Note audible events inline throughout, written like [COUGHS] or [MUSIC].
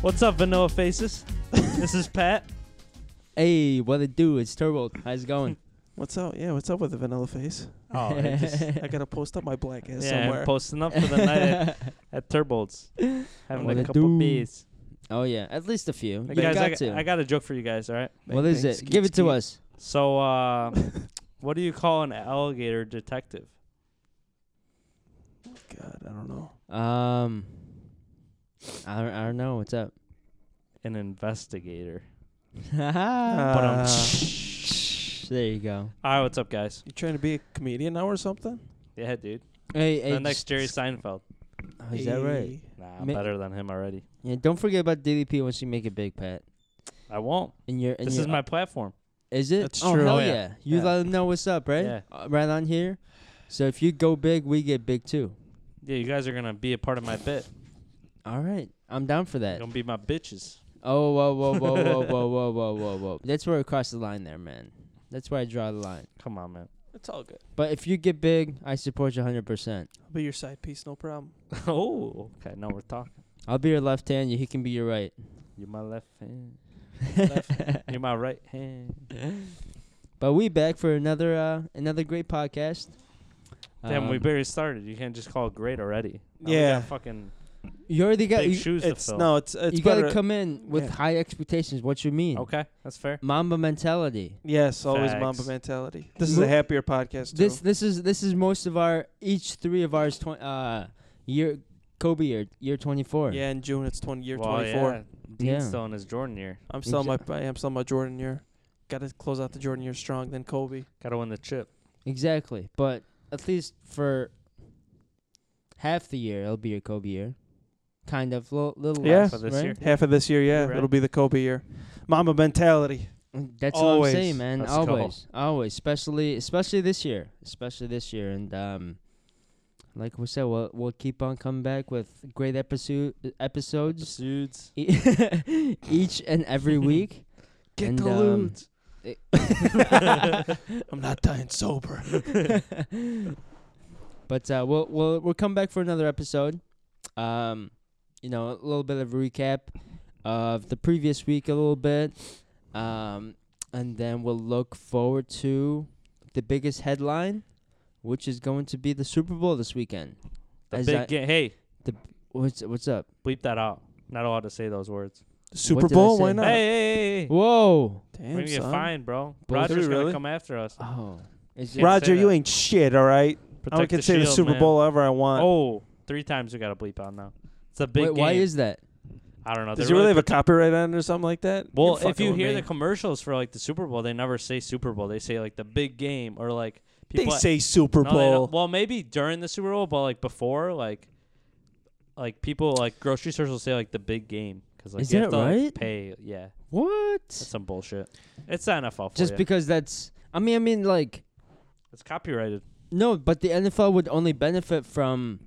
What's up, Vanilla [LAUGHS] Faces? this is Pat. Hey, what it do? It's Turbo. How's it going? What's up? Yeah, what's up with the vanilla face? [LAUGHS] Oh, I just- I [LAUGHS] gotta post up my black [LAUGHS] ass yeah, somewhere. I'm posting up for the night at, at Turbolds, having What a it couple do? beers. oh yeah, at least a few. Hey, You guys, got I, to. got, I got a joke for you guys. All right. what is it? Give it to us. So, [LAUGHS] uh, what do you call an alligator detective? God, I don't know. Um, I don't, I don't know what's [LAUGHS] up. [LAUGHS] An investigator. Uh, there you go. All right, what's up, guys? You trying to be a comedian now or something? Yeah, dude. Hey, hey, the next just- Jerry Seinfeld. Oh, is that right? Hey. Nah, I'm Ma- better than him already. Yeah, don't forget about DDP once you make it big, Pat. I won't. And your and This your, is my platform. Is it? That's oh, true. Hell Oh, yeah. yeah. You Yeah. let them know what's up, right? Yeah. Uh, right on here. So if you go big, we get big too. Yeah, you guys are gonna be a part of my bit. All right, I'm down for You're that. gonna be my bitches. Oh, whoa, whoa, whoa, whoa, whoa, whoa, whoa, whoa, whoa. That's where I cross the line, there, man. That's where I draw the line. Come on, [LAUGHS] man. It's all good. But if you get big, I support you 100%. I'll be your side piece, no problem. oh, okay. Now we're talking. I'll be your left hand. You, he can be your right. You're my left [LAUGHS] hand. Left hand. You're my right hand. But we back for another uh, another great podcast. Damn, we Um, barely started. You can't just call it great already. Now we Yeah. got fucking You already got. big You, shoes to It's fill. no, it's it's you better. gotta come in with yeah. high expectations. What you mean? Okay, that's fair. Mamba mentality. yes, always Mamba Facts. mentality. This is a Mo- happier podcast too. This this is this is most of our each three of ours twen- uh year Kobe year year twenty four. yeah, in June it's twenty year Well, twenty four. yeah, Dean's Yeah. still in his Jordan year. I'm still my I'm still my Jordan year. Got to close out the Jordan year strong. Then Kobe. Got to win the chip. exactly. But at least for half the year, it'll be your Kobe year, kind of little little Yeah. less, For this right? year. Half of this year, yeah, You're right. it'll be the Kobe year. Mamba mentality. That's Always. what I'm saying, man. Let's go. always, always, especially especially this year, especially this year, and um, like we said, we'll we'll keep on coming back with great episode episodes [LAUGHS] Dudes. e- [LAUGHS] each and [LAUGHS] every week. Get And, the um, loot. it- [LAUGHS] [LAUGHS] I'm not dying sober. [LAUGHS] but uh, we'll we'll we'll come back for another episode. Um, you know, a little bit of a recap of the previous week, a little bit, um, and then we'll look forward to the biggest headline, which is going to be the Super Bowl this weekend. The As big I- game. Hey, What's what's up? bleep that out. Not allowed to say those words. Super What did I Bowl? Why say? not? Hey, hey, hey, hey. Whoa! Damn, We're gonna get son. fined, bro. Bull- Roger's Dude, gonna really? come after us. Oh, is Can't Right. Roger, say you that. ain't shit. All right, I Protect can say the shield, Super man. Bowl ever I want. Oh, three times we gotta bleep out now. It's a big wait, game. why is that? I don't know. Does They're you really really have a copyright on it or something like that? Well, You're if you fucking hear with the me. commercials for like the Super Bowl, they never say Super Bowl. They say like the big game or like they people say Super No, they don't. Bowl. well, maybe during the Super Bowl, but like before, like like people like grocery stores will say like the big game because like Is you have that to, like, right? pay. Yeah, that's What? some bullshit. It's the NFL for Just you. because that's. I mean, I mean, like. it's copyrighted. No, but the NFL would only benefit from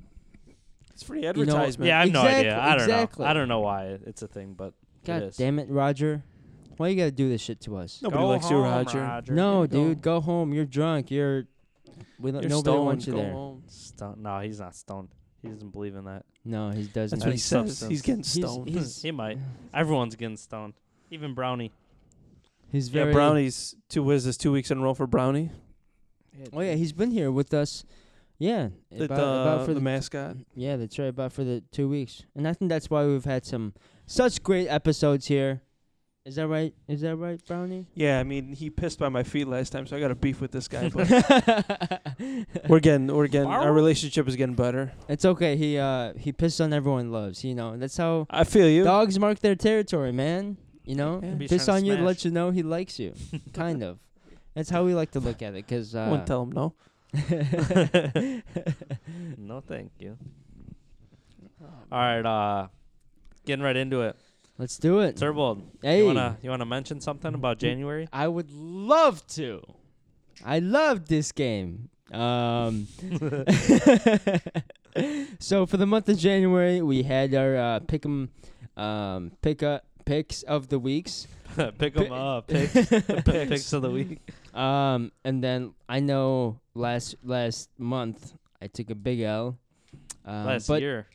it's free know, advertisement. Yeah, I have no idea. Exactly, I don't exactly. know. I don't know why it- it's a thing, but it God is. damn it, Roger. Why you gotta do this shit to us? Nobody Go likes you, home, Roger. No, Yeah, go. dude, go home. You're drunk. You're we don't, You're nobody stoned. wants you Go there. home. Stone- no, he's not stoned. He doesn't believe in that. [LAUGHS] No, he doesn't. That's what he That's says. substance. He's getting He's- stoned. He's, He might. Everyone's getting stoned. Even Brownie. he's yeah, very brownies. Two what is this? Two weeks in a row for brownie. Oh yeah, he's been here with us. Yeah, The, about, the- about for the the, mascot. yeah, that's right. About for the two weeks, and I think that's why we've had some such great episodes here. Is that right? Is that right, [LAUGHS] Brownie? Yeah, I mean he pissed by my feet last time, so I got a beef with this guy. But we're getting, we're getting, our Borrow? relationship is getting better. it's okay. He uh he pissed on everyone loves. You know that's how I feel you. Dogs mark their territory, man. You know, Yeah. Be piss trying to on you to smash. let you know he likes [LAUGHS] you. kind of. That's how we like to look at it, cause I uh, Wouldn't tell him no. [LAUGHS] No, thank you. All right, uh, getting right into it. let's do it. Turbold, hey, you wanna you wanna mention something about January? I would love to. I love this game. Um, [LAUGHS] so for the month of January, we had our uh, pick'em, um, pick up picks of the weeks. [LAUGHS] Pick 'em Pi- [LAUGHS] up. [LAUGHS] Pick the p- picks of the week. Um, and then I know last last month I took a big L. Um, Last but year.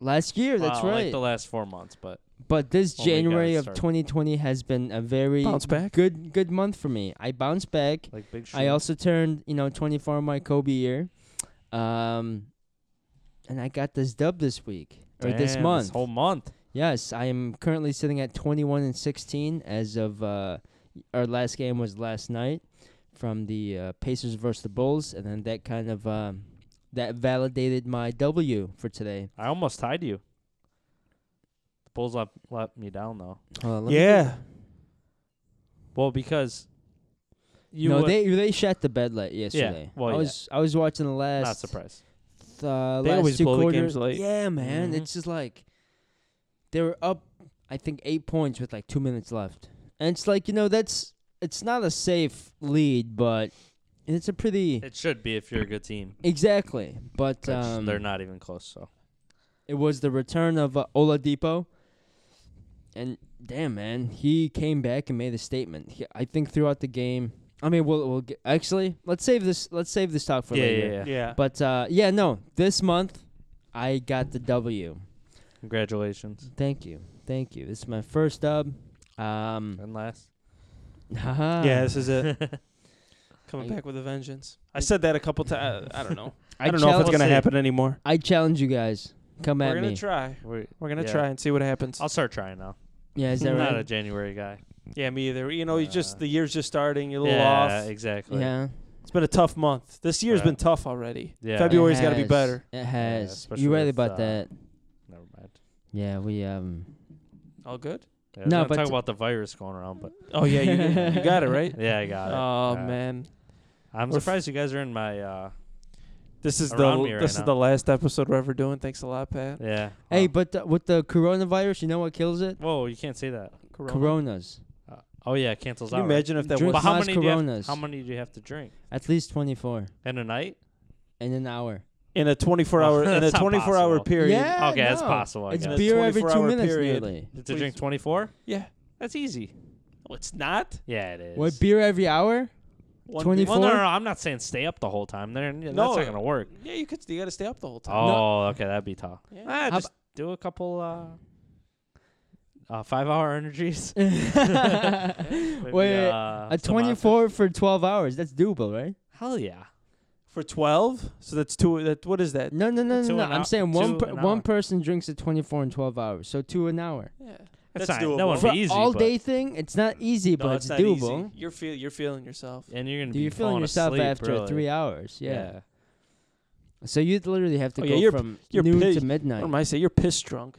Last year, that's Wow, right. Like the last four months, but But this Only got January it of started. 2020 has been a very Bounce back. good good month for me. I bounced back. Like big. I also turned, you know, 24 my Kobe year. Um and I got this dub this week or this month. This whole month. yes, I am currently sitting at 21 and 16 as of uh our last game was last night from the uh, Pacers versus the Bulls and then that kind of um that validated my W for today. I almost tied you. The Bulls let, let me down though. Hold on, let me- Yeah. Well, because you no, would, they they shot the bed late yesterday. well, I yeah. was I was watching the last not surprised. uh, They last always two blow the quarters. games late. Yeah, man, Mhm. it's just like they were up, I think eight points with like two minutes left, and it's like you know that's it's not a safe lead, but it's a pretty It should be if you're a good team. exactly. But which um, they're not even close. So it was the return of uh, Oladipo, and damn man, he came back and made a statement. He, I think throughout the game. I mean, we'll we'll get, actually let's save this let's save this talk for yeah, later. yeah, yeah, Yeah. But uh, yeah, no, this month I got the W. Congratulations. Thank you, thank you. This is my first dub. Um, And last. haha. yeah, this is it. [LAUGHS] Coming I- back with a vengeance. uh, I said that a couple times. I don't [LAUGHS] know. I, don't know if challenge- it's gonna happen anymore. I challenge you guys. Come We're at gonna me. try. We're, We're gonna Yeah. try and see what happens. I'll start trying now. yeah, is that I'm [LAUGHS] not a right? January guy. yeah, me either. You know, you just Uh, the year's just starting. You're a little yeah, off. exactly. Yeah, It's been a tough month. This year's Yeah. been tough already. Yeah. February's It got to be has. better. It has. especially you right with, about uh, that? Never mind. Yeah, we um. All good. Yeah, No, no, but- but talk about the virus going around. [LAUGHS] But Oh yeah, you, you got it right. [LAUGHS] yeah, I got it. Oh Uh, man, I'm We're f- surprised you guys are in my. uh this is the around me right this is now. the last episode we're ever doing. Thanks a lot, Pat. Yeah. Hey, Wow. but uh, with the coronavirus, you know what kills it? Whoa, you can't say that. Corona. Coronas. Uh, oh yeah, it cancels Can you out. right? imagine if that Drink But was how Last many? Do you have, Coronas. how many do you have to drink At least twenty-four in a night? in an hour. in [LAUGHS] a 24 hour in a That's not 24 hour possible. period? Yeah. okay, that's no. possible. I it's guess. a beer every two 24 hour minutes period. nearly. to drink 24? Yeah. That's easy. No, it's not. Yeah, it is. What beer every [LAUGHS] hour? [LAUGHS] One 20 beer- Well, no, no, Four? no, I'm not saying stay up the whole time. There, that's No. not gonna work. Yeah, you could. You got to stay up the whole time. Oh, okay, that'd be tough. Yeah. Ah, How just do a couple uh, uh, five-hour [LAUGHS] energies. Maybe, Wait, uh, a some 24 for 12 hours. That's doable, right? Optus. Hell yeah. For 12, so that's two. That what is that? No, no, no, Two no. no. an I'm hou- saying one two per, an one hour. person drinks a 24 in 12 hours, so two an hour. Yeah, That's, That's not, That doable. would For be easy. all but- day thing, it's not easy, but it's, not doable. easy. You're feel you're feeling yourself. and you're gonna Do be you feeling falling yourself asleep, after really. three hours? Yeah. So you'd literally have to Oh, go yeah, you're- from you're noon pissed. to midnight. What am I saying? You're piss drunk.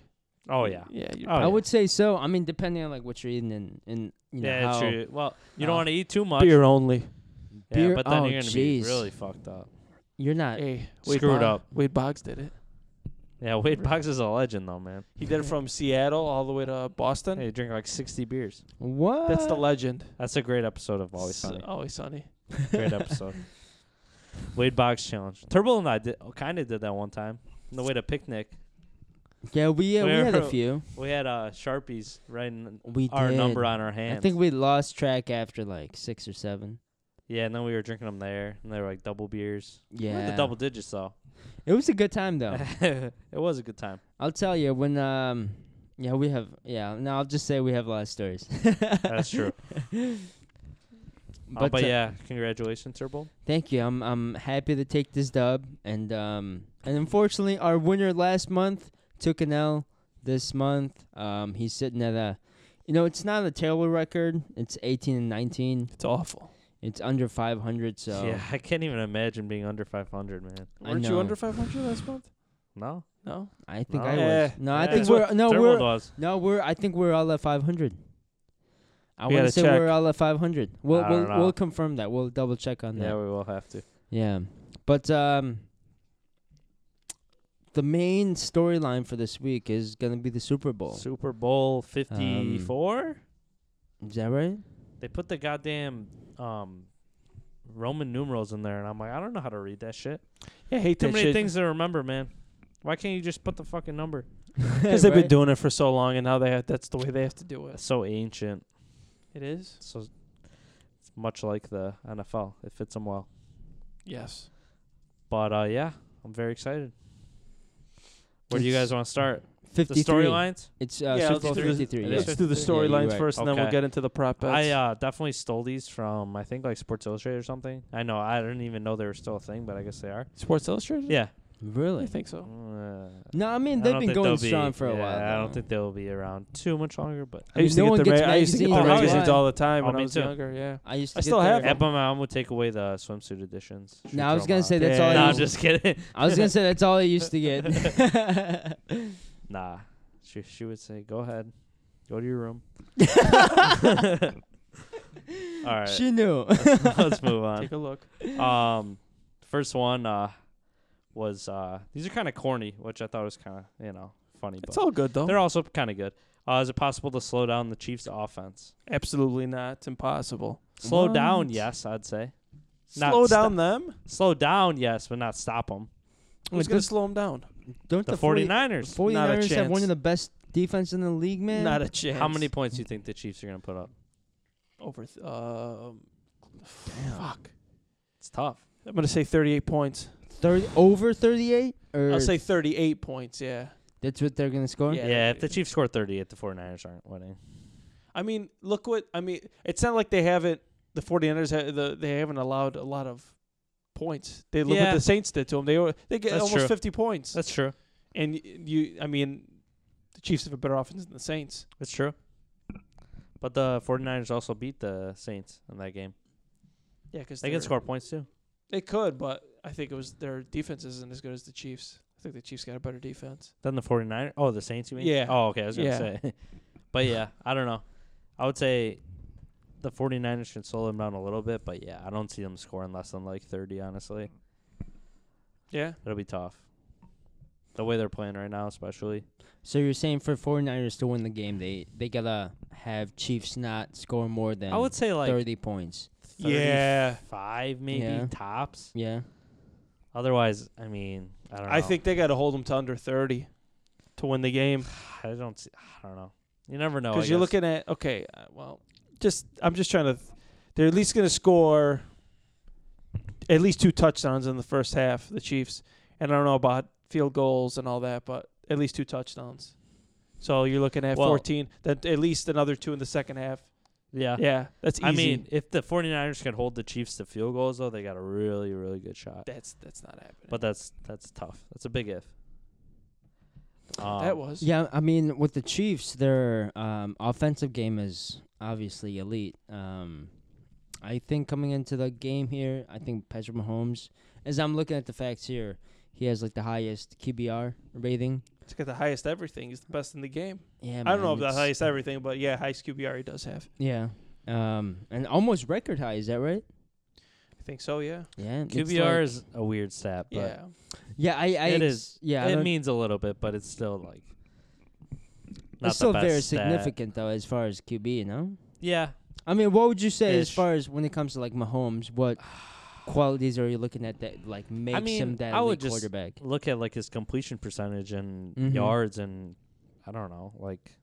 Oh yeah. Yeah. You're, Oh, I yeah. would say so. I mean, depending on like what you're eating and, and you know yeah, how true. Well, you don't uh, want to eat too much. beer only. yeah, beer- but then oh, you're gonna be jeez. really fucked up. you're not. Hey, Wade Screwed Boggs- up. Wade Boggs did it. Yeah, Wade Box is a legend though, man. He did it from Seattle all the way to Boston. Hey, you drink like 60 beers. What? That's the legend. That's a great episode of Always [LAUGHS] S- Sunny. Always Sunny. Great episode. Wade Box challenge. Turbo and I did kind of did that one time on the way to picnic. yeah, we uh, we Where- had a [LAUGHS] few. We had uh, sharpies writing We our did. number on our hands. I think we lost track after like six or seven. yeah, and then we were drinking them there, and they were like double beers. We were in Yeah, Oh. the double digits though. It was a good time though. [LAUGHS] it was a good time. I'll tell you when. Um, yeah, we have. Yeah, no, I'll just say we have a lot of stories. That's [LAUGHS] true. Uh, Oh, But, but uh, yeah, congratulations, Turbo. thank you. I'm I'm happy to take this dub, and um, and unfortunately, our winner last month took an L. This month, um, he's sitting at a, you know, it's not a terrible record. It's 18 and 19. It's awful. It's under 500, so Yeah, [LAUGHS] I can't even imagine being under 500, man. I Weren't you know. under 500 last month? No, No. I No. think I was. Yeah. No, I Oh, Yeah. think That's we're no Turbo we're does. No, we're. I think we're all at 500. I We want to gotta say check. we're all at 500. We'll I we'll, don't know. we'll confirm that. We'll double check on Yeah, that. we will have to. Yeah, but um, the main storyline for this week is gonna be the Super Bowl. Um, Super Bowl 54. is that right? they put the goddamn um, Roman numerals in there, and I'm like, I don't know how to read that shit. Yeah, I hate Too that many shit. things to remember, man. Why can't you just put the fucking number? Because they've been Right? doing it for so long, and now they have, that's the way they have to do It's it. so ancient. It is. So it's much like the NFL. It fits them well. Yes. But uh, yeah, I'm very excited. Where do you guys want to start? The 53. storylines. It's uh, Yeah, Super let's Bowl do this- 53. it yeah. is Let's do the Yeah, you're storylines right. first, and then we'll Okay. get into the prop bets. I uh, definitely stole these from I think like Sports Illustrated or something. I know I didn't even know they were still a thing, but I guess they are. Sports Illustrated. Yeah. I Really? think so. Uh, No, I mean, I Oh. they've don't been think going they'll be- strong for a yeah, while. I don't though. think they'll be around too much longer, but I mean, no one gets I used to get the magazines. magazines Oh, all the time Oh, when I me was too. younger. Yeah. I used to I get still have their- at but my mom would take away the swimsuit editions. She'd No, I was throw 'em gonna out. say that's Yeah, all. yeah, No, I, I'm used, just kidding. I was gonna say that's all I used [LAUGHS] to get. Nah, she she would say, "Go ahead, go to your [LAUGHS] room." [LAUGHS] All right, She knew. let's, [LAUGHS] let's move on. [LAUGHS] Take a look. Um, first one uh was uh these are kind of corny, which I thought was kind of you know funny, It's but all good though. they're also kind of good. Uh, is it possible to slow down the Chiefs' offense? Absolutely not. It's impossible. Slow down, What? yes, I'd say. Not Slow sta- down them. slow down, yes, but not stop them. Who's Wait, gonna this- slow them down? Don't The 40 49ers. 49ers Not a have one chance. of the best defense in the league, man. Not a chance. How many points do you think the Chiefs are going to put up? over? Th- um, Fuck. It's tough. I'm gonna say 38 points. 30, over 38? Or I'll say 38 points. Yeah. that's what they're going to score? Yeah, Yeah, if the Chiefs score 38, the 49ers aren't winning. I mean, look what I mean. It's not like they haven't. The 49ers ha- the, they haven't allowed a lot of points. They look Yeah. what the Saints did to them. They o- they get That's almost true. 50 points. That's true. and y- you, I mean, the Chiefs have a better offense than the Saints. That's true. But the 49ers also beat the Saints in that game. Yeah, because They can score points too. They could, but I think it was their defense isn't as good as the Chiefs. I think the Chiefs got a better defense. Then the 49ers. Oh, the Saints, you mean? Yeah. Oh, okay. I was going to Yeah. say. [LAUGHS] but yeah, I don't know. I would say the 49ers should slow them down a little bit. But yeah, I don't see them scoring less than like 30, honestly. Yeah, It'll be tough. The way they're playing right now, especially. So you're saying for 49ers to win the game, they, they got to have Chiefs not score more than I would say like 30 points. 35 Yeah. maybe Yeah. tops. Yeah. Otherwise, I mean, I don't know. I think they got to hold them to under 30 to win the game. I don't see. I don't know. You never know. Oh, I Because you're guess. looking at okay, uh, well, just I'm just trying to. Th- they're at least going to score at least two touchdowns in the first half. The Chiefs, and I don't know about field goals and all that, but at least two touchdowns. So you're looking at Well- 14. Then at least another two in the second half. Yeah. Yeah, that's easy. Uh, I mean, if the 49ers can hold the Chiefs to field goals, though, they got a really, really good shot. that's that's not happening. But that's that's tough. That's a big if. Um, that was Yeah, I mean, with the Chiefs, their um, offensive game is obviously elite. Um, I think coming into the game here, I think Patrick Mahomes, as I'm looking at the facts here, he has like the highest QBR rating. He's got the highest everything. He's the best in the game. Yeah, I don't know man, if the it's- highest everything, but yeah, highest QBR he does have. Yeah, um, and almost record high. Is that right? I think so. Yeah. Yeah, it's QBR like- is a weird stat, but Yeah. Yeah, I, I It ex- is. Yeah, I it don't- means a little bit, but it's still like not it's still the best very stat. significant though, as far as QB. You know, Yeah, I mean, what would you say as Ish. far as when it comes to like Mahomes? [SIGHS] What qualities are you looking at that like makes him mean, that I would elite just- quarterback? look at like his completion percentage and Mhm. yards and I don't know, like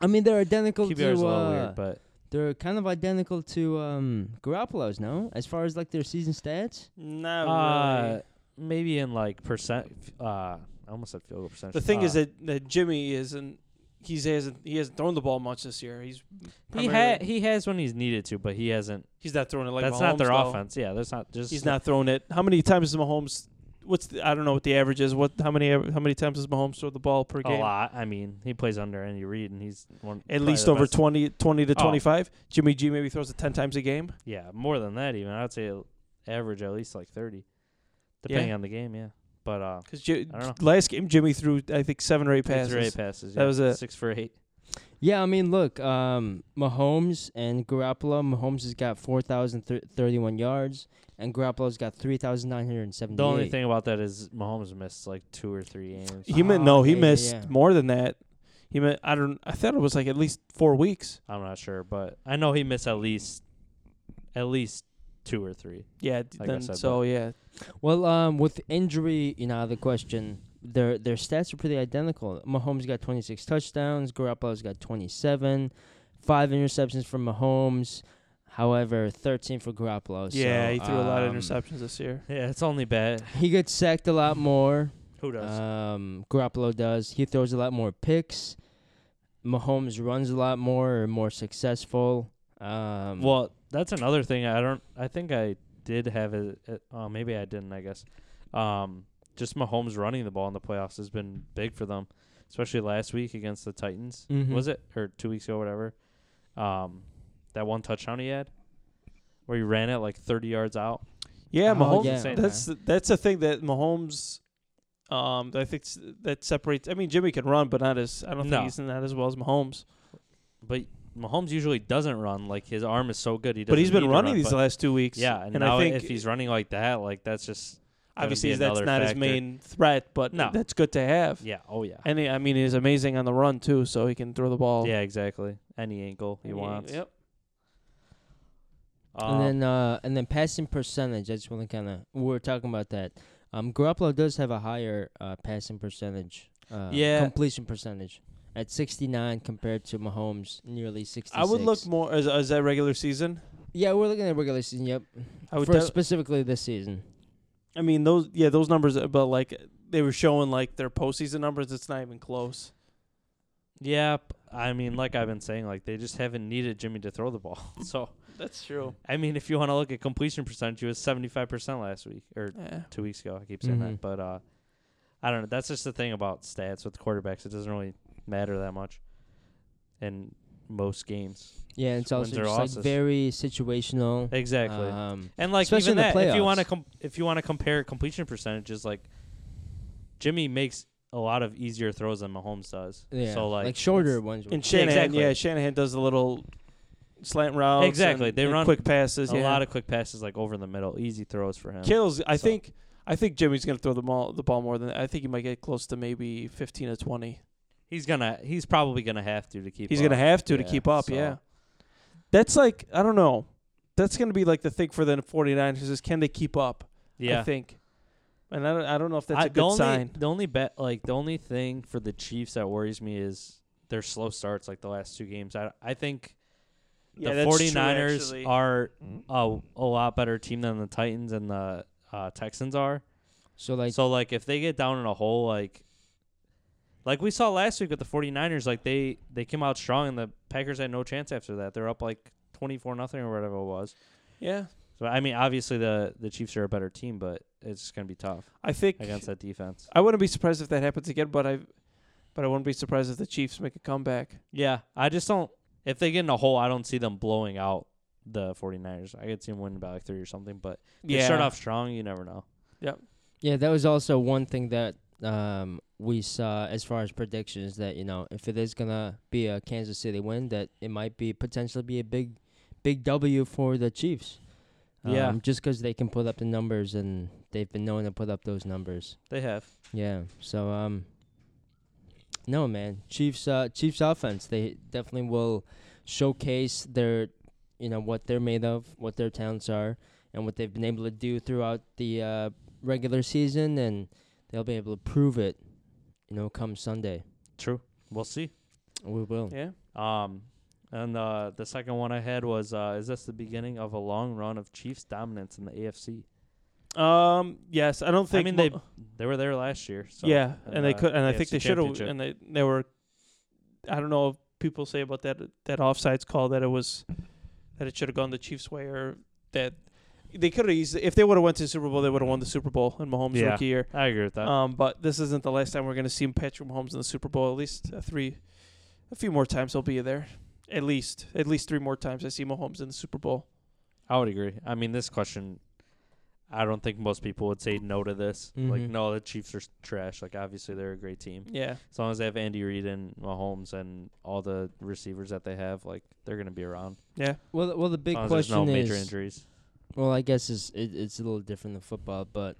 I mean, they're identical QBR is a to. little uh, weird, but they're kind of identical to um, Garoppolo's, no? As far as like their season stats. Not uh, Oh, really. maybe in like percent. Uh, I almost said field goal percentage. The thing is Uh, that, that Jimmy isn't. He's hasn't he hasn't thrown the ball much this year. He's he primarily- ha- he has when he's needed to, but he hasn't. he's not throwing it like that's Mahomes, not their though. offense. Yeah, that's not just. He's not throwing it. How many times is Mahomes? What's the, I don't know what the average is. What how many how many times does Mahomes throw the ball per a game? lot. I mean, he plays under Andy Reid, and he's one At probably least the over best- twenty, twenty 20 to Oh. 25. Jimmy G maybe throws it 10 times a game. Yeah, more than that even. I'd say average at least like thirty, depending on the game. Yeah, but uh, Because I don't know. last game Jimmy threw I think seven or eight Six passes. for eight passes. That yeah. was it. Six for eight. Yeah, I mean, look, um, Mahomes and Garoppolo. Mahomes has got four thousand thirty-one yards, and Garoppolo's got three thousand nine hundred seventy. The only thing about that is Mahomes missed like two or three games. He meant Oh, no, he yeah, yeah, missed yeah. more than that. He meant I don't. I thought it was like at least four weeks. I'm not sure, but I know he missed at least, at least two or three. [LAUGHS] Yeah. d- Like I then, said, so yeah, Well, um, with injury, you know, out of the question. Their their stats are pretty identical. Mahomes got 26 touchdowns. Garoppolo's got 27, five interceptions from Mahomes. However, 13 for Garoppolo. yeah, so, he threw a lot of um, interceptions this year. Yeah, it's only bad. He gets sacked a lot more. Who does? Um, Garoppolo does. He throws a lot more picks. Mahomes runs a lot more, or more successful. Um, well, that's another thing. I don't. I think I did have it. it oh, maybe I didn't. I guess. Um, just Mahomes running the ball in the playoffs has been big for them, especially last week against the Titans. Mhm. Mm-hmm. Was it or two weeks ago, whatever? Um, that one touchdown he had, where he ran it like thirty yards out. Yeah, Oh, Mahomes. yeah. That's that's the thing that Mahomes. Um, I think s- that separates. I mean, Jimmy can run, but not as. I don't No. think he's not as well as Mahomes. But Mahomes usually doesn't run. Like his arm is so good, he doesn't. But he's been need to running run, these but- last two weeks. Yeah, and, and now I think if he's running like that, like that's just gonna obviously be that's another not his factor. main threat, but No. that's good to have. Yeah. Oh yeah. And he, I mean, he's amazing on the run too, so he can throw the ball. Yeah, exactly. Any angle he Yeah, wants. Yep. Um, and then uh, and then passing percentage. I just want to kind of we were talking about that. Um, Garoppolo does have a higher uh, passing percentage. Uh, Yeah. completion percentage at 69 compared to Mahomes nearly 66. I would look more as as that regular season. Yeah, we're looking at regular season. Yep, I would. for def- specifically this season. I mean, those yeah, those numbers, uh, but like they were showing like their postseason numbers. It's not even close. yeah, p- I mean, like I've been saying, like they just haven't needed Jimmy to throw the ball. [LAUGHS] So That's true. I mean, if you want to look at completion percentage, he was seventy five percent last week or Yeah. two weeks ago. I keep saying that, Mhm. but uh, I don't know. That's just the thing about stats with quarterbacks; it doesn't really matter that much in most games. Yeah, and it's Wins also or just like losses. very situational. Exactly. Um, And like Especially even in that, the if you playoffs. want to com- if you want to compare completion percentages, like Jimmy makes a lot of easier throws than Mahomes does. yeah, So like, shorter ones. And would- Shanahan, exactly. yeah, Shanahan does the little slant routes. Exactly, and- they and run quick passes. a yeah. lot of quick passes like over the middle, easy throws for him. kills. I so- think I think Jimmy's gonna throw the ball the ball more than I think he might get close to maybe fifteen or twenty. He's gonna he's probably gonna have to to keep. He's up. gonna have to to Yeah, keep up. so- Yeah, that's like I don't know. That's gonna be like the thing for the 49ers is can they keep up? yeah. I think. And I don't, I don't know if that's I- a the good only, sign. The only bet like the only thing for the Chiefs that worries me is their slow starts like the last two games. I I think the Forty 49ers are a, a lot better team than the Titans and the uh, Texans are. so like so like if they get down in a hole like like we saw last week with the 49ers like they they came out strong and the Packers had no chance after that. They're up like 24 nothing or whatever it was. Yeah, So I mean obviously the the Chiefs are a better team but it's going to be tough I think against that defense. I wouldn't be surprised if that happens again, but I, but I wouldn't be surprised if the Chiefs make a comeback. Yeah, I just don't if they get in a hole I don't see them blowing out the 49ers. I could see them winning by like 3 or something but they start off strong, you never know. Yeah, that was also one thing that um, we saw as far as predictions that you know if it is gonna be a Kansas City win, that it might be potentially be a big, big W for the Chiefs. Yeah. um, just because they can put up the numbers and they've been known to put up those numbers. They have. Yeah, so um, no man, Chiefs, uh, Chiefs offense, they definitely will showcase their, you know, what they're made of, what their talents are, and what they've been able to do throughout the uh, regular season, and they'll be able to prove it, you know, come Sunday. True. We'll see. We will. Yeah. Um, and uh, the second one I had was, uh, is this the beginning of a long run of Chiefs dominance in the AFC? Um. Yes, I don't think. I mean, mo- they they were there last year. So yeah, and, they uh, could, and I think AFC they should have, championship. and they they were. I don't know if people say about that that offsides call that it was, that it should have gone the Chiefs' way or that. They could have easily, if they would have went to the Super Bowl, they would have won the Super Bowl in Mahomes' Yeah. rookie year. I agree with that. Um, but this isn't the last time we're going to see Patrick Mahomes in the Super Bowl. At least uh, three, a few more times he'll be there. At least, at least three more times I see Mahomes in the Super Bowl. I would agree. I mean, this question, I don't think most people would say no to this. Like, Mhm. Mm-hmm. no, the Chiefs are s- trash. Like, obviously they're a great team. Yeah, As long as they have Andy Reid and Mahomes and all the receivers that they have, like they're gonna be around. yeah, Well, th- well, the as big long as question there's no is, major injuries. well, I guess it's it, it's a little different than football, but.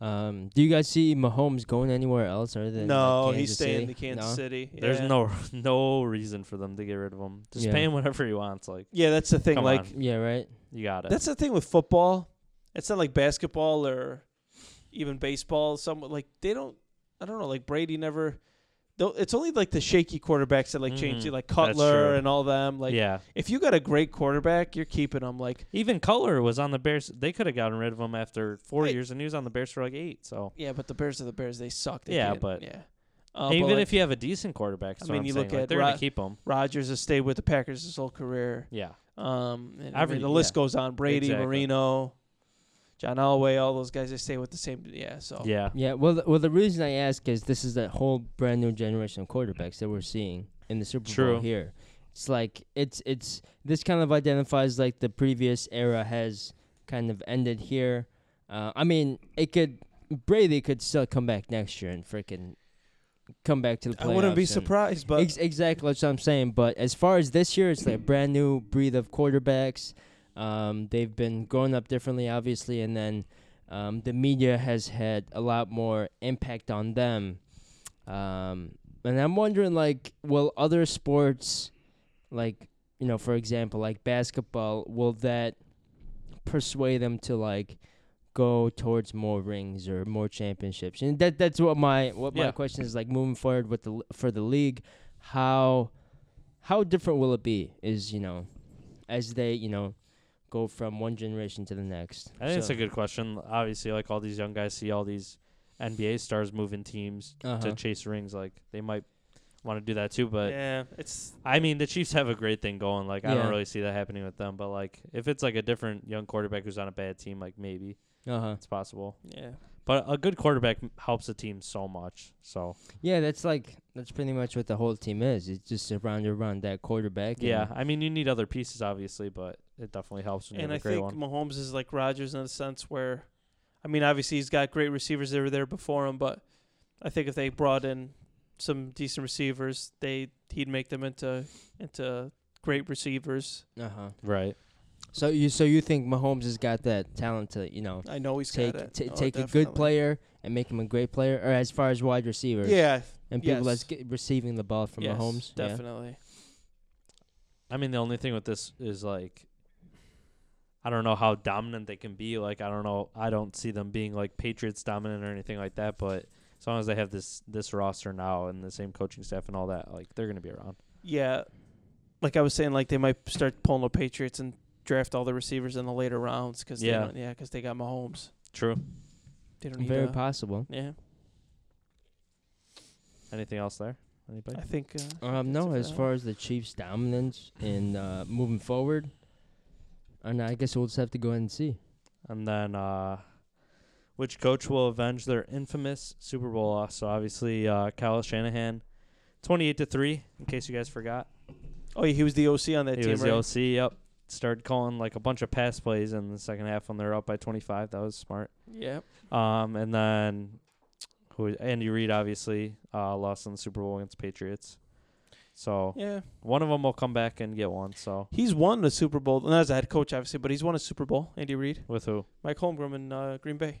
Um, do you guys see Mahomes going anywhere else other than like, no, Kansas he's staying in City? the Kansas No? City. There's Yeah. no [LAUGHS] no reason for them to get rid of him. Just Yeah. pay him whatever he wants. Like Yeah, that's the thing. Come like on. Yeah, right. you got it. that's the thing with football. It's not like basketball or even baseball. Some like they don't. I don't know. Like Brady never. tho- it's only like the shaky quarterbacks that like change Mhm. it, like That's Cutler true. and all them. Like, yeah. if you got a great quarterback, you're keeping them. Like, Even Cutler was on the Bears. They could have gotten rid of him after four Hey. years, and he was on the Bears for like eight. So yeah, but the Bears are the Bears. They suck. They Yeah, can't- but- yeah. Uh, but, even like, if you have a decent quarterback, I I mean, you look at they're Ro- gonna keep him. Rodgers has stayed with the Packers his whole career. Yeah, Um, and, I Every- mean, the list yeah. goes on. Brady, Exactly. Marino, John Elway, all those guys. They stay with the same. Yeah. So Oh, yeah, Yeah, well, th- well, the reason I ask is this is a whole brand new generation of quarterbacks that we're seeing in the Super True. Bowl here. It's like it's it's this kind of identifies like the previous era has kind of ended here. Uh, I mean, it could Brady could still come back next year and freaking come back to the playoffs. I wouldn't be and- surprised, but Ex- exactly that's what I'm saying. But as far as this year, it's like a brand new breed of quarterbacks. Um, they've been growing up differently, obviously, and then um, the media has had a lot more impact on them. Um, and I'm wondering, like, will other sports, like you know, for example, like basketball, will that persuade them to like go towards more rings or more championships? And that that's what my what my Yeah. question is like moving forward with the l- for the league, how how different will it be? Is you know, as they you know go from one generation to the next. I think it's So- a good question. Obviously, like all these young guys see all these NBA stars moving teams Uh-huh. to chase rings. Like they might want to do that too. But yeah, it's I mean, the Chiefs have a great thing going. Like I Yeah. don't really see that happening with them. But like if it's like a different young quarterback who's on a bad team, like maybe Uh-huh. it's possible. yeah. But a good quarterback m- helps a team so much. So Yeah, that's like that's pretty much what the whole team is. It's just around around that quarterback. and- yeah, I mean, you need other pieces obviously, but it definitely helps when you And I have a great think one. Mahomes is like Rodgers in a sense where, I mean, obviously he's got great receivers that were there before him, but I think if they brought in some decent receivers, they he'd make them into into great receivers. Uh huh. Right. So you so you think Mahomes has got that talent to you know I know he's take got it. ta- Oh, take a definitely. good player and make him a great player, or as far as wide receivers, Yeah, and people yes. that's get receiving the ball from yes, Mahomes, Yeah. definitely. I mean, the only thing with this is like, I don't know how dominant they can be. Like, I don't know. I don't see them being like Patriots dominant or anything like that. But as long as they have this this roster now and the same coaching staff and all that, like they're gonna be around. Yeah, like I was saying, like they might start pulling the Patriots and draft all the receivers in the later rounds because Yeah. they don't, yeah, 'cause they got Mahomes. True. They don't need very a- possible. yeah. Anything else there? Anybody? I think. Uh, Um, that's no, it for as that far as the Chiefs' dominance in uh, moving forward, and I guess we'll just have to go ahead and see. And then, uh, which coach will avenge their infamous Super Bowl loss? So obviously, uh, Kyle Shanahan, twenty-eight to three. In case you guys forgot, Oh, yeah, he was the OC on that he team, was right? the OC. Yep. Started calling like a bunch of pass plays in the second half when they're up by twenty-five. That was smart. Yep. Um, and then who Andy Reid obviously uh, lost in the Super Bowl against Patriots. So Yeah. one of them will come back and get one. So He's won a Super Bowl. Not as a head coach, obviously, but he's won a Super Bowl. Andy Reid, with who? Mike Holmgren in uh, Green Bay.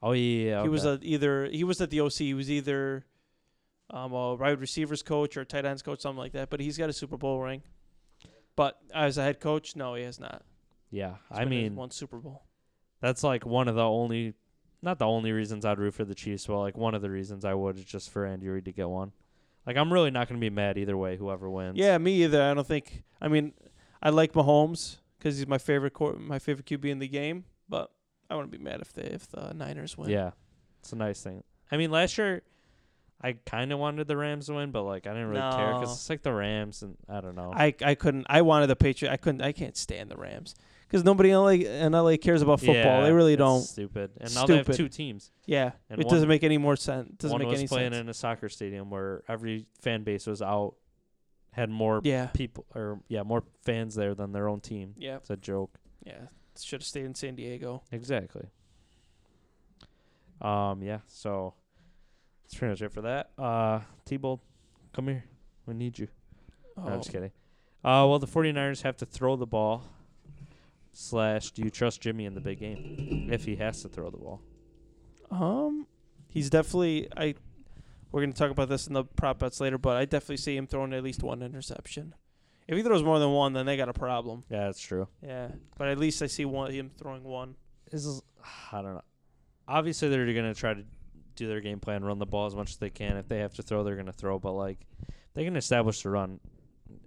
Oh yeah, yeah, He was okay. a, either he was at the OC. He was either um, a wide receivers coach or tight ends coach, something like that. But he's got a Super Bowl ring. But as a head coach, no, he has not. yeah. He's I been in mean, one Super Bowl. that's like one of the only, not the only reasons I'd root for the Chiefs. Well, like one of the reasons I would is just for Andy Reid to get one. Like I'm really not gonna be mad either way. Whoever wins. Yeah, me either. I don't think. I mean, I like Mahomes because he's my favorite court, my favorite QB in the game. But I wouldn't be mad if the if the Niners win. Yeah. It's a nice thing. I mean, last year. I kind of wanted the Rams to win, but like I didn't really care 'cause care No. because it's like the Rams and I don't know. I I couldn't. I wanted the Patriots. I couldn't. I can't stand the Rams because nobody in LA, in LA cares about football. they Yeah, really it's don't. Stupid. And now they have Stupid. two teams. Yeah, and it one- doesn't make any more sense. Doesn't One make was any playing sense. in a soccer stadium where every fan base was out, had more yeah, people or yeah, more fans there than their own team. yeah, It's a joke. yeah. Should have stayed in San Diego. Exactly. Um. Yeah. So that's pretty much it for that. Uh, T-Bold, come here. We need you. Oh. No, I'm just kidding. Uh, well, the 49ers have to throw the ball. Slash, do you trust Jimmy in the big game if he has to throw the ball? Um, he's definitely. I we're gonna talk about this in the prop bets later, but I definitely see him throwing at least one interception. If he throws more than one, then they got a problem. Yeah, that's true. Yeah, but at least I see one him throwing one. is I don't know. Obviously, they're going to try to do their game plan, run the ball as much as they can. If they have to throw, they're going to throw. But like, they can establish the run.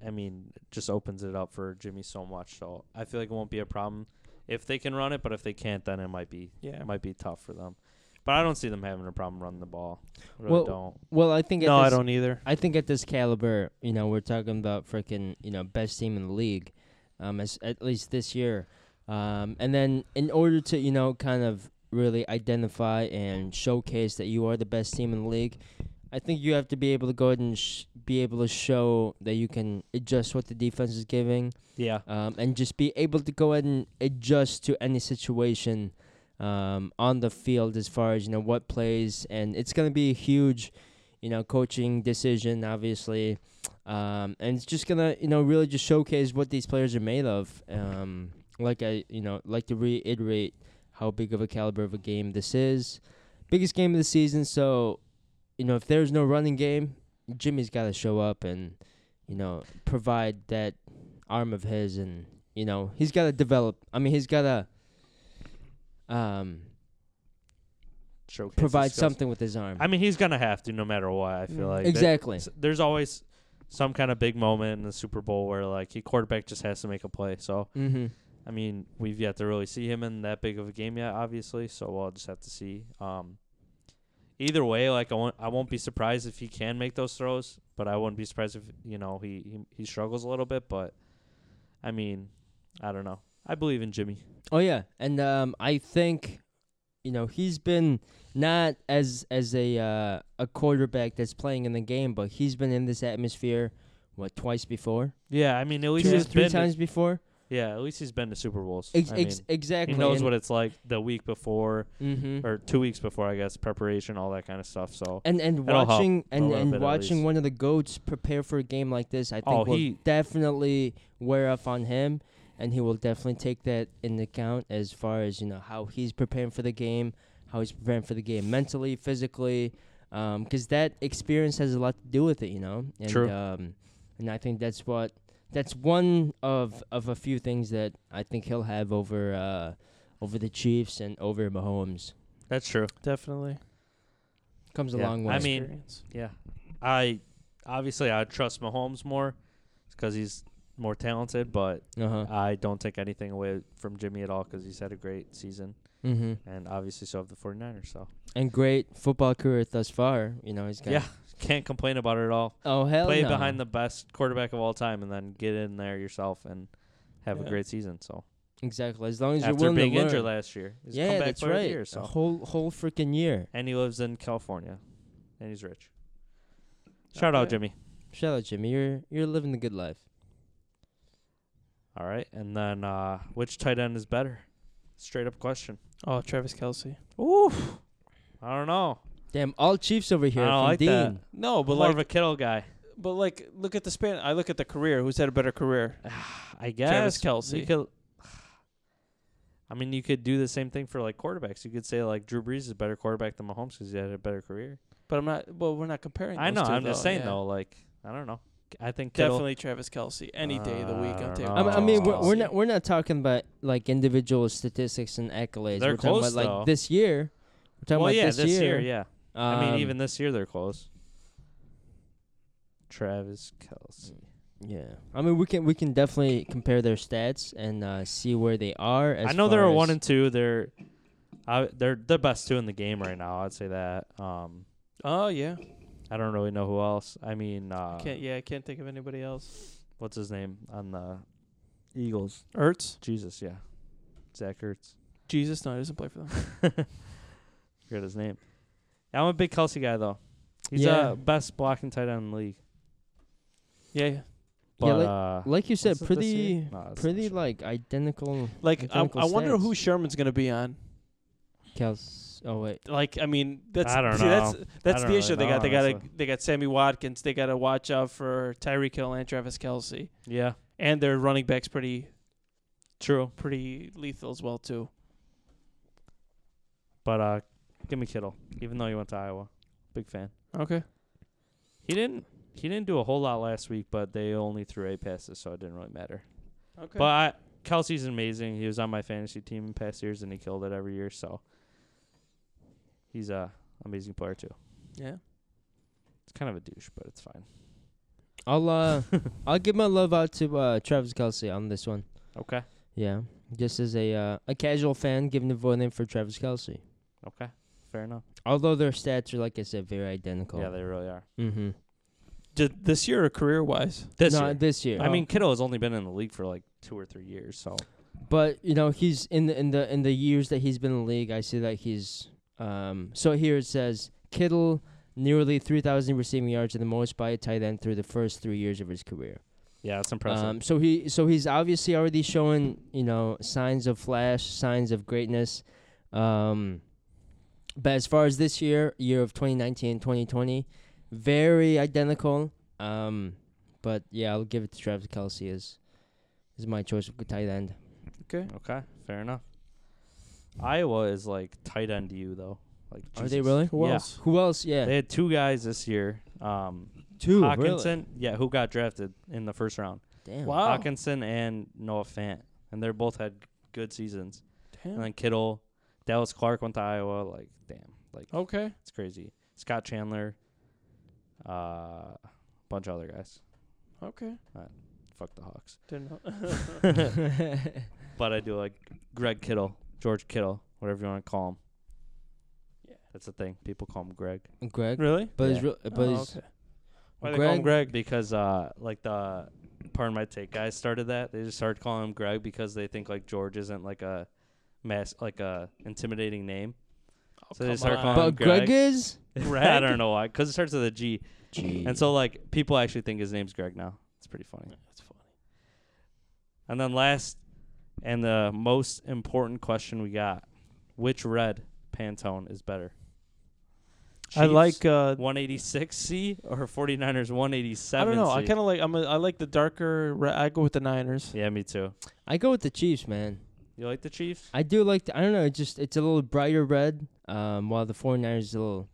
I mean, it just opens it up for Jimmy so much. So I feel like it won't be a problem if they can run it. But if they can't, then it might be Yeah. it might be tough for them. But I don't see them having a problem running the ball. I really Well, don't. Well, I think at No, I this- don't either. I think at this caliber, you know, we're talking about freaking, you know, best team in the league, um, as, at least this year. Um, and then in order to, you know, kind of really identify and showcase that you are the best team in the league, I think you have to be able to go ahead and sh- be able to show that you can adjust what the defense is giving, Yeah. um, and just be able to go ahead and adjust to any situation um, on the field as far as you know what plays, and it's going to be a huge, you know, coaching decision, obviously, um, and it's just gonna you know really just showcase what these players are made of. Um, like I you know like to reiterate how big of a caliber of a game this is, biggest game of the season. So, you know, if there's no running game, Jimmy's got to show up and you know provide that arm of his and you know he's got to develop i mean he's got to um Showcase his provide skills. something with his arm I mean, he's gonna have to no matter what. I feel Mm. like There- exactly s- there's always some kind of big moment in the Super Bowl where like your quarterback just has to make a play. So mm-hmm. I mean, we've yet to really see him in that big of a game yet, obviously. So we'll just have to see. Um, either way, like I won't, I won't be surprised if he can make those throws, but I wouldn't be surprised if you know he he, he struggles a little bit. But I mean, I don't know. I believe in Jimmy. oh yeah and um i think you know he's been not as as a uh, a quarterback that's playing in the game but he's been in this atmosphere what twice before Yeah, I mean, at least two or he's three been. times before To, yeah, at least he's been to Super Bowls. ex- I ex- mean, exactly he knows what it's like the week before mm-hmm. or two weeks before, I guess, preparation, all that kind of stuff. So and and It'll help watching and, little bit and at watching least. one of the goats prepare for a game like this, I think Oh, will he- definitely wear off on him, and he will definitely take that into account as far as you know how he's preparing for the game, how he's preparing for the game mentally, physically, because that experience has a lot to do with it, you know. And, True. Um, and I think that's what that's one of of a few things that I think he'll have over uh, over the Chiefs and over Mahomes. that's true. Definitely. Comes a Yeah, long I way. mean- Experience. Yeah, I obviously I trust Mahomes more because he's more talented, but uh-huh. I don't take anything away from Jimmy at all because he's had a great season, mm-hmm. and obviously so have the 49ers. So and great football career thus far. You know, he's got yeah, can't complain about it at all. Oh hell, Play no. behind the best quarterback of all time, and then get in there yourself and have a Yeah. great season. So exactly as long as you're after willing being to learn. injured last year, he's yeah, come back that's player of the right. year, A so whole whole freaking year. and he lives in California, and he's rich. Shout Okay. out Jimmy. Shout out Jimmy, you're you're living the good life. All right, and then uh, which tight end is better? Straight up question. Oh, Travis Kelsey. Oof. I don't know. Damn, all Chiefs over here I don't from like Dean. that. No, but More like, of a Kittle guy, but like, look at the span. I look at the career. Who's had a better career? [SIGHS] I guess. Kelce. You could- [SIGHS] I mean, you could do the same thing for like quarterbacks. You could say like Drew Brees is a better quarterback than Mahomes because he had a better career. But I'm not. Well, we're not comparing. I know. those two, I'm just though, saying yeah. though, like I don't know. I think Kittle, Definitely Travis Kelsey. Any day of the week, I I'm don't taking. know. I mean- I mean, we're, Oh. we're not we're not talking about like individual statistics and accolades. They're we're talking close, about though. like this year. We're talking well, about yeah, this, year, yeah. I mean, Um, even this year they're close. Travis Kelsey. Um, yeah. I mean, we can we can definitely compare their stats and uh, see where they are. As I know they're far a one as- and two. They're, I, they're the best two in the game right now. I'd say that. Um, Oh yeah. I don't really know who else. I mean, uh, Can't. Yeah, I can't think of anybody else. what's his name on the Eagles? Ertz. Jesus, yeah, Zach Ertz. Jesus, no, he doesn't [LAUGHS] play for them. Forget his name. I'm a big Kelsey guy though. He's Yeah. uh, best blocking tight end in the league. yeah. yeah. But, yeah, like, uh, like you said, was it this pretty year? No, it's pretty last year. like identical. Like I, Identical I wonder who stats. Sherman's gonna be on. Kels. Oh wait. Like I mean, that's I don't see, that's that's I the don't really issue. They got know, they got to honestly. they got Sammy Watkins. They got to watch out for Tyreek Hill and Travis Kelsey, yeah, and their running backs pretty true. pretty lethal as well too. But uh, give me Kittle, even though he went to Iowa. Big fan. Okay. He didn't. He didn't do a whole lot last week, but they only threw eight passes, so it didn't really matter. Okay. But I, Kelsey's amazing. He was on my fantasy team in past years, and he killed it every year. So he's a Amazing player too. Yeah. It's kind of a douche, but it's fine. [LAUGHS] I'll uh, I'll give my love out to uh, Travis Kelsey on this one. Okay. Yeah, just as a uh, a casual fan, giving the vote in for Travis Kelsey. Okay. Fair enough. Although their stats are, like I said, very identical. Yeah, they really are. mm-hmm. Did this year or career wise? This no, year. this year. I mean, Kittle has only been in the league for like two or three years, so but you know, he's in the in the in the years that he's been in the league. I see that he's. Um, so here it says Kittle nearly three thousand receiving yards and the most by a tight end through the first three years of his career. yeah, it's impressive. Um, so he so he's obviously already showing you know signs of flash, signs of greatness. Um, but as far as this year, year of 2019 2020, very identical. Um, but yeah, I'll give it to Travis Kelsey as is my choice of tight end. okay, fair enough. Iowa is like tight end to you though. Like Are they Jesus. really? Who Yeah. else? Who else? Yeah, They had two guys this year. Um, two. Hawkinson, yeah, who got drafted in the first round. Damn. Wow. Hawkinson and Noah Fant, and they are both had good seasons. And Damn. then Kittle, Dallas Clark went to Iowa. Like, damn, like Okay. it's crazy. Scott Chandler, uh, bunch of other guys. Okay. Fuck the Hawks. Didn't [LAUGHS] know. But I do like Greg Kittle, George Kittle, whatever you want to call him. Yeah. That's the thing. People call him Greg Greg, really? but he's Yeah. real, but Oh, he's okay. Why they call him Greg? because, uh, like the pardon my take guys started that. They just started calling him Greg because they think like George isn't like a mass like a intimidating name. [LAUGHS] Oh, so they come start on. calling but Um, Greg, Greg. is. I Greg? don't know why, because it starts with a G. And so like people actually think his name's Greg now. It's pretty funny. That's funny. And then last and the most important question we got: Which red Pantone is better? I like Chiefs uh, 186C or 49ers 187C. I don't know. I kind of like. I'm. A, I like the darker. Re- I go with the Niners. Yeah, me too. I go with the Chiefs, man. You like the Chiefs? I do like the, I don't know, it just it's a little brighter red. Um while the 49ers is a little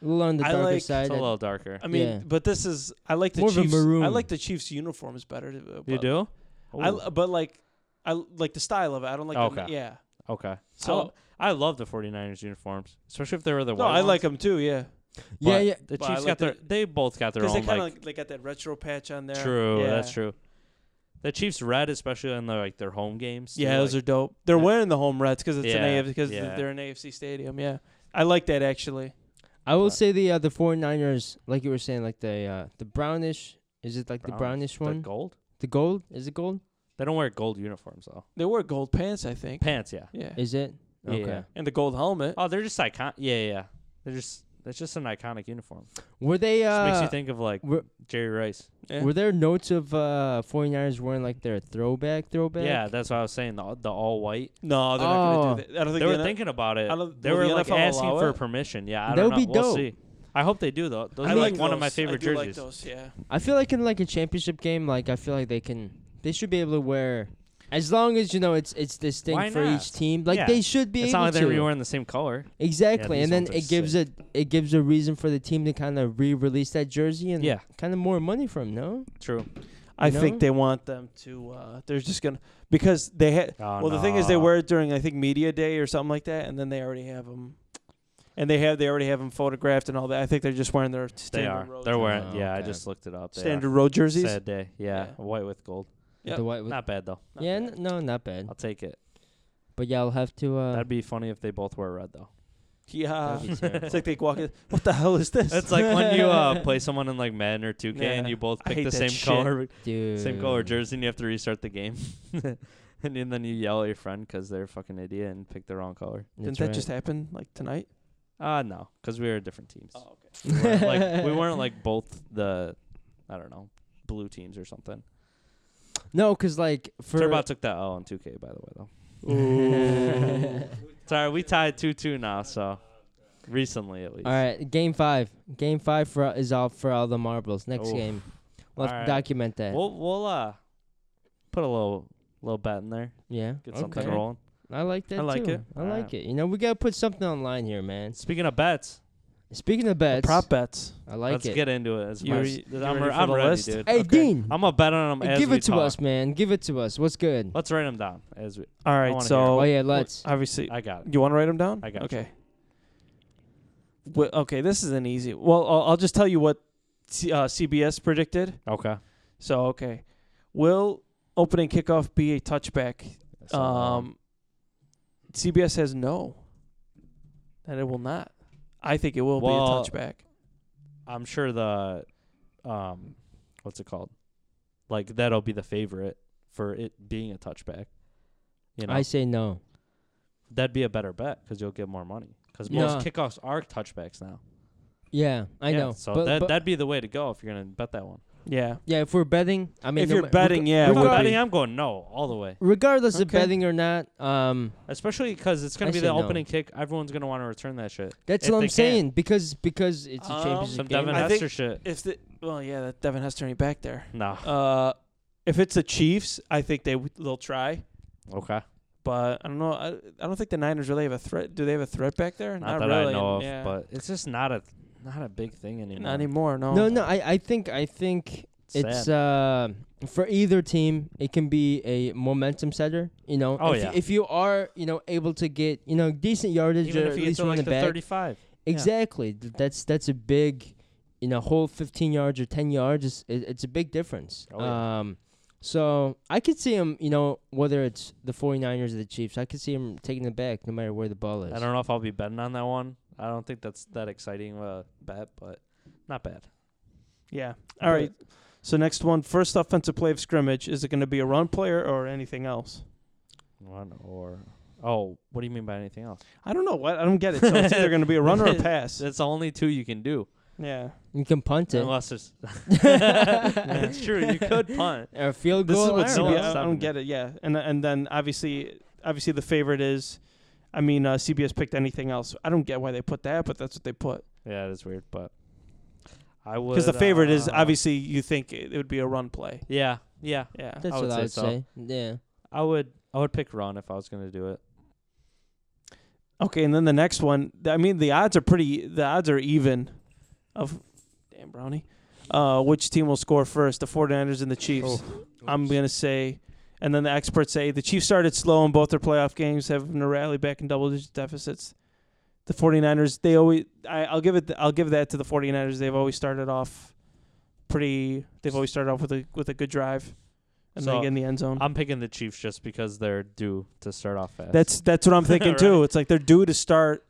a little on the I darker like- side. It's a I- little darker. I mean, Yeah. but this is. I like the More of a Chiefs. I maroon. like the Chiefs uniforms better. uh, You but- do? I Ooh, l- but like I l- like the style of it. I don't like. Okay. The, yeah. okay. So So I love the 49ers uniforms, especially if they were the no, white I like ones. them too. Yeah. yeah, But yeah. The But I Chiefs like got their. the- They both got their Because they own kind of like like, they got that retro patch on there. True, Yeah. that's true. The Chiefs red, especially in their like their home games. Yeah, those are dope. They're Yeah. wearing the home reds because it's Yeah, an AFC because yeah. they're an AFC stadium. Yeah, I like that actually. I will but- say the uh, the 49ers like you were saying like the uh the brownish is it like the brownish one? gold. the gold? Is it gold? They don't wear gold uniforms though. They wear gold pants, I think. Pants, yeah. yeah, Is it? Yeah. and the gold helmet. Oh, they're just icon. Yeah, yeah. yeah. They're just that's just an iconic uniform. Were they Just uh makes you think of like were, Jerry Rice. Yeah. were there notes of uh 49ers wearing like their throwback throwback? Yeah, that's what I was saying. The, the all white. No, they're not Oh. gonna do that. I don't think They were they're not- thinking about it. I don't- They will were the like NFL asking allow for it? permission. Yeah, I That don't would know. be We'll dope. see. I hope they do though. Those I are like, one of those. my favorite I do like jerseys. those, yeah. I feel like in like a championship game like I feel like they can they should be able to wear as long as you know it's it's Why distinct for not? each team, like Yeah. they should be it's able not like to. they're wearing the same color. Exactly, these and then ones are it gives sick. it it gives a reason for the team to kind of re-release that jersey and Yeah. kind of more money for him. No, True. I No? think they want them to. Uh, they're just gonna because they had. Oh, well, the thing is, they wear it during I think media day or something like that, and then they already have them. And they have they already have them photographed and all that. I think they're just wearing their They standard are. road They're jer- wearing. Oh, yeah, I okay. just looked it up. They are. standard road jerseys. Sad day. Yeah, Yeah. white with gold. Yep. the white with, Not bad though. Not yeah, bad. n- no, not bad. I'll take it. But yeah, I'll have to. [LAUGHS] Uh, That'd be funny if they both wore red though. Yeah, that'd be terrible. it's like they walk in. What the hell is this? It's like when [LAUGHS] you uh, play someone in like Madden or 2K and Yeah. you both I pick hate the that same shit. color, Dude, same color jersey, and you have to restart the game. [LAUGHS] and then you yell at your friend 'cause they're a fucking idiot and pick the wrong color. Didn't That's that right. [LAUGHS] just happen like tonight? Uh no, 'cause we were different teams. okay. We weren't, like we weren't like both the, I don't know, blue teams or something. no, cause like for [LAUGHS] Turbot took that L on 2K by the way though. [LAUGHS] all Sorry, we tied 2-2 now. So recently at least. right, game five, game five for is all for all the marbles. Next Oof. game, we'll have All right. to document that. We'll we'll uh put a little little bet in there. yeah, Get okay. something rolling. I like that. I like too. it. I All like right. it. You know, we gotta put something online here, man. Speaking of bets, Speaking of bets, Prop bets. I like let's it. get into it. As You my- re- you I'm, ready I'm for the ready, list? dude. hey, Okay. Dean. I'm gonna bet on them. Hey, As give we it to talk. us, man. Give it to us. What's good? Let's write them down. As we, All wanna right, hear so oh yeah, let's. obviously I got it. you want to write them down. I got you. Okay. Wh- okay, this is an easy. Well, I'll, I'll just tell you what C- uh, CBS predicted. Okay. So okay, will opening kickoff be a touchback? That's all right. Um, CBS has no. That it will not. I think it will Well- be a touchback. I'm sure the, um, what's it called? Like that'll be the favorite for it being a touchback. You know, I say no. that'd be a better bet because you'll get more money. Because Yeah. most kickoffs are touchbacks now. Yeah, I Yeah, know. So but, that but- that'd be the way to go if you're gonna bet that one. Yeah. yeah, if we're betting, I mean, if no you're ma- reg- betting, yeah, it If I'm would betting, be. I'm going no all the way. regardless of Okay. betting or not, um, Especially because it's gonna I be say the no. opening kick. Everyone's gonna want to return that shit. that's If what they I'm can. saying because because it's a Um, championship Some Some game. Devin I Hester think- shit. If the well, yeah, that Devin has to back there. No. Uh, if it's the Chiefs, I think they w- they'll try. Okay. But I don't know. I, I don't think the Niners really have a threat. Do they have a threat back there? Not, that really. I know of, yeah. but it's just not a not a big thing anymore. not anymore. No. no, no, I, I think I think it's uh for either team it can be a momentum setter. You know, Oh, if, yeah. if you are you know able to get you know decent yardage even or if at you get least to run like it the back, 35. Yeah. Exactly. Th- That's that's a big, you know, whole 15 yards or 10 yards is it, it's a big difference. Oh, yeah. Um so I could see him, you know, whether it's the 49ers or the Chiefs, I could see him taking it back no matter where the ball is. I don't know if I'll be betting on that one. I don't think that's that exciting of a bet, but not bad. Yeah. All right. So next one, first offensive play of scrimmage. Is it going to be a run player or anything else? One or oh, what do you mean by anything else? I don't know. What I don't get it. So it's either going to be a run or a pass. That's the only two you can do, Yeah. You can punt [LAUGHS] [LAUGHS] it. unless it's. That's true. You could punt. Or a field This goal. is what I what's don't in know. the- CBS. I Seven. don't get it. Yeah. And and then obviously obviously the favorite is, I mean uh, CBS picked anything else. I don't get why they put that, but that's what they put. Yeah, it is weird, but I would. Because the favorite is uh, obviously you think it it would be a run play. Yeah, yeah. Yeah. That's I would what I say would so. say. Yeah. I would. I would pick run if I was gonna do it. Okay, and then the next one. th- I mean, the odds are pretty. The odds are even. Of damn brownie, uh, which team will score first? The 49ers and the Chiefs. Oh, I'm gonna say, and then the experts say the Chiefs started slow in both their playoff games, having to rally back in double-digit deficits. The 49ers, they always. I, I'll give it. I'll give that to the 49ers. They've always started off pretty. They've always started off with a with a good drive, and So, then they get in the end zone. I'm picking the Chiefs just because they're due to start off fast. That's that's [LAUGHS] what I'm thinking Right. too. It's like they're due to start,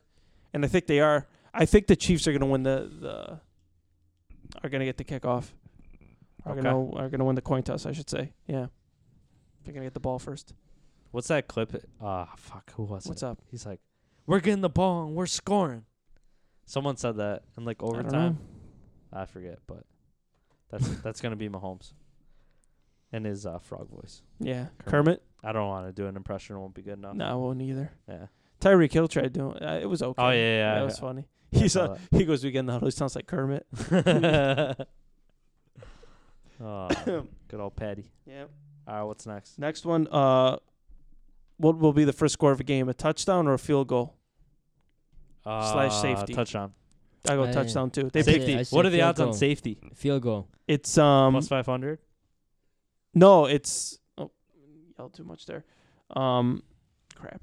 and I think they are. I think the Chiefs are going to win the the are going to get the kickoff. Are Okay. going to are going to win the coin toss, I should say. Yeah, they're going to get the ball first. what's that clip? Ah, fuck. Who was What's it? up? He's like, "We're getting the ball and we're scoring." Someone said that in like I don't overtime. know. I, forget, but that's that's gonna be Mahomes and his uh, frog voice. Yeah, Kermit? Kermit. I don't want to do an impression; it won't be good enough. No, I won't either. [LAUGHS] Yeah. Tyreek Hill tried doing. Uh, it was okay. Oh yeah, yeah. that I- was funny. I He's saw uh, he goes weekend huddle. He sounds [COUGHS] like Kermit. that. [COUGHS] oh, good old Patty. Yeah. All right, what's next? Next one. Uh, what will be the first score of a game? A touchdown or a field goal? Slash Uh, safety. touchdown. I go I- touchdown too. I They say- picked safety. I say What are the field odds on goal. safety? Field goal. it's um Plus five hundred. No, it's oh, yelled too much there. Um, crap.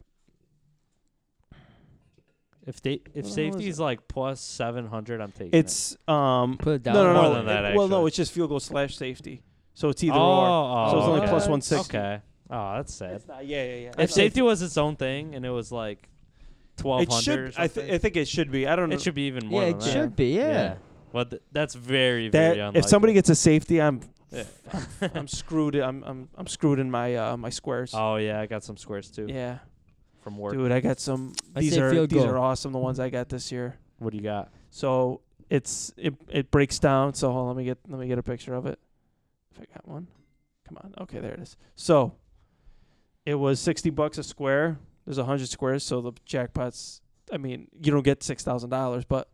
If they if What the hell is safety it? is like plus seven hundred, I'm taking. it. It's um. Put it down. No, no, More no. than that, it- well, no, actually. it's just field goal slash safety. So it's either oh, or. oh, So it's only okay. plus 160. Okay. Oh, that's sad. It's not- yeah, yeah, yeah. If It's- safety was its own thing and it was like twelve it hundred, should. I, th- I think it should be. I don't know. it should be even Yeah, more. it than that. should be. Yeah. But th- that's very very that if unlikely. somebody gets a safety, [LAUGHS] I'm Yeah. [LAUGHS] I'm screwed. I'm I'm I'm screwed in my uh my squares. Oh yeah, I got some squares too yeah, from work. dude. I got some. I These say are field these goal. are awesome. The ones I got this year. What do you got? So it's it it breaks down. So hold on, let me get let me get a picture of it. If I got one, come on. Okay, there it is. So it was sixty bucks a square. There's a hundred squares, so the jackpots. I mean, you don't get six thousand dollars, but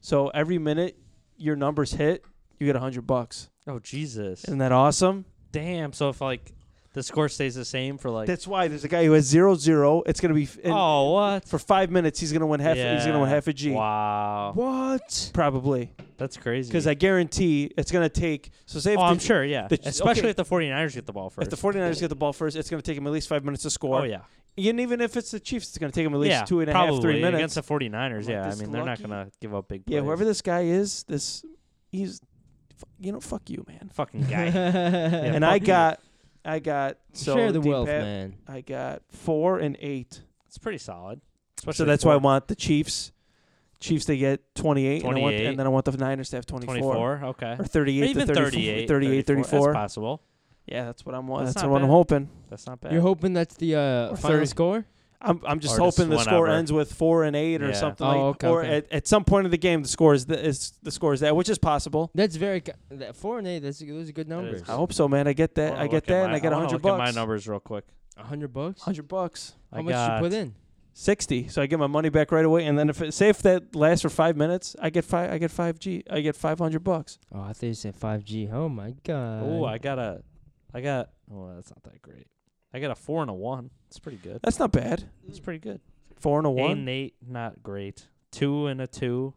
so every minute your numbers hit, you get a hundred bucks. Oh Jesus! Isn't that awesome? Damn. So if like the score stays the same for like That's why there's a guy who has zero zero. It's gonna be f- and oh what for five minutes. He's gonna win half. He's gonna win Yeah. half a G. Wow. What? Probably. That's crazy. because I guarantee it's going to take. So say if, oh, the, I'm sure, yeah. the- Especially okay. if the 49ers get the ball if first. the 49ers get the ball first, it's going to take them at least five minutes to score. oh, yeah. And even if it's the Chiefs, it's going to take them at least yeah, two and a half, probably. three Against minutes. the 49ers, I'm like, yeah. I this mean, they're not lucky- going to give up big plays. yeah, whoever this guy is, this he's, f- you know, fuck you, man. Fucking [LAUGHS] [LAUGHS] guy. Yeah, and I fuck you. got, I got so Share the deep wealth, hat, man. I got four and eight. it's pretty solid. So Especially that's why I for want the Chiefs. Chiefs they get 28, and, I want, 28. and then I want the Niners to have 24, 24. Okay. or Or 38 even to 38. 38, 34. 34. That's possible. yeah, that's what I'm That's that's, not what bad. I'm hoping. That's not bad. You're hoping that's the uh, Or final 30. score? I'm I'm just Or just hoping the score whenever. ends with 4 and 8 or Yeah. something Oh, like okay, or okay. At, at some point of the game the score is the, is the score is that, which is possible. That's very co- that four and eight. That's those are good numbers. I hope so, man. I get that. wanna I look get at that my- and I get wanna 100 look at bucks. my numbers real quick. A hundred bucks. 100 bucks. How I much got you put in? 60. So I get my money back right away and then if it, say if that lasts for 5 minutes, I get 5 I get 5G. I get 500 bucks. Oh, I thought you said five G. Oh my god. Oh, I got a, I got. Oh, that's not that great. I got a four and a one. It's pretty good. That's not bad. It's pretty good. 4 and a 1. Eight and eight, not great. Two and a two.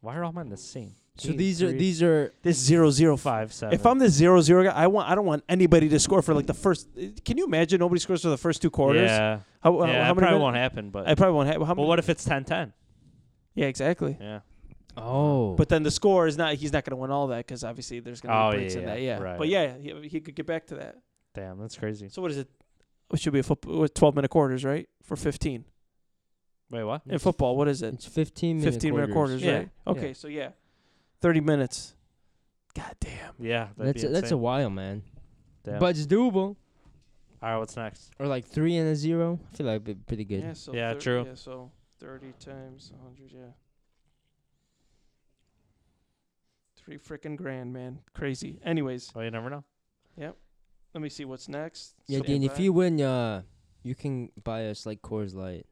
Why are all mine the same? So Eight, these are three, these are This zero zero five. five seven. If I'm the zero zero guy, I want I don't want anybody to score for like the first. Can you imagine nobody scores for the first two quarters? yeah, How, yeah, how- how that many probably minutes- won't happen. But I probably won't have. How but many, what if it's 10-10? yeah, exactly. Yeah. oh. But then the score is not. He's not going to win all that because obviously there's going to Oh, be breaks in yeah, that. Yeah. right. But yeah, he, he could get back to that. Damn, that's crazy. So what is it? It should be a football with twelve minute quarters, right? For fifteen Wait, what? in football, what is it? it's fifteen minute Fifteen minute quarters, right? Okay, so yeah, thirty minutes. God damn. Yeah, that'd That's be a, that's a insane. while, man. Damn. But it's doable. all right, what's next? Or like three and a zero. I feel like it'd be pretty good. Yeah. So Yeah, thir- true. Yeah. So thirty times a hundred. Yeah. Three freaking grand, man. Crazy. Anyways, Oh, you never know. let me see what's next. Yeah, So Dean. buy If you win, uh, you can buy us like Coors Light.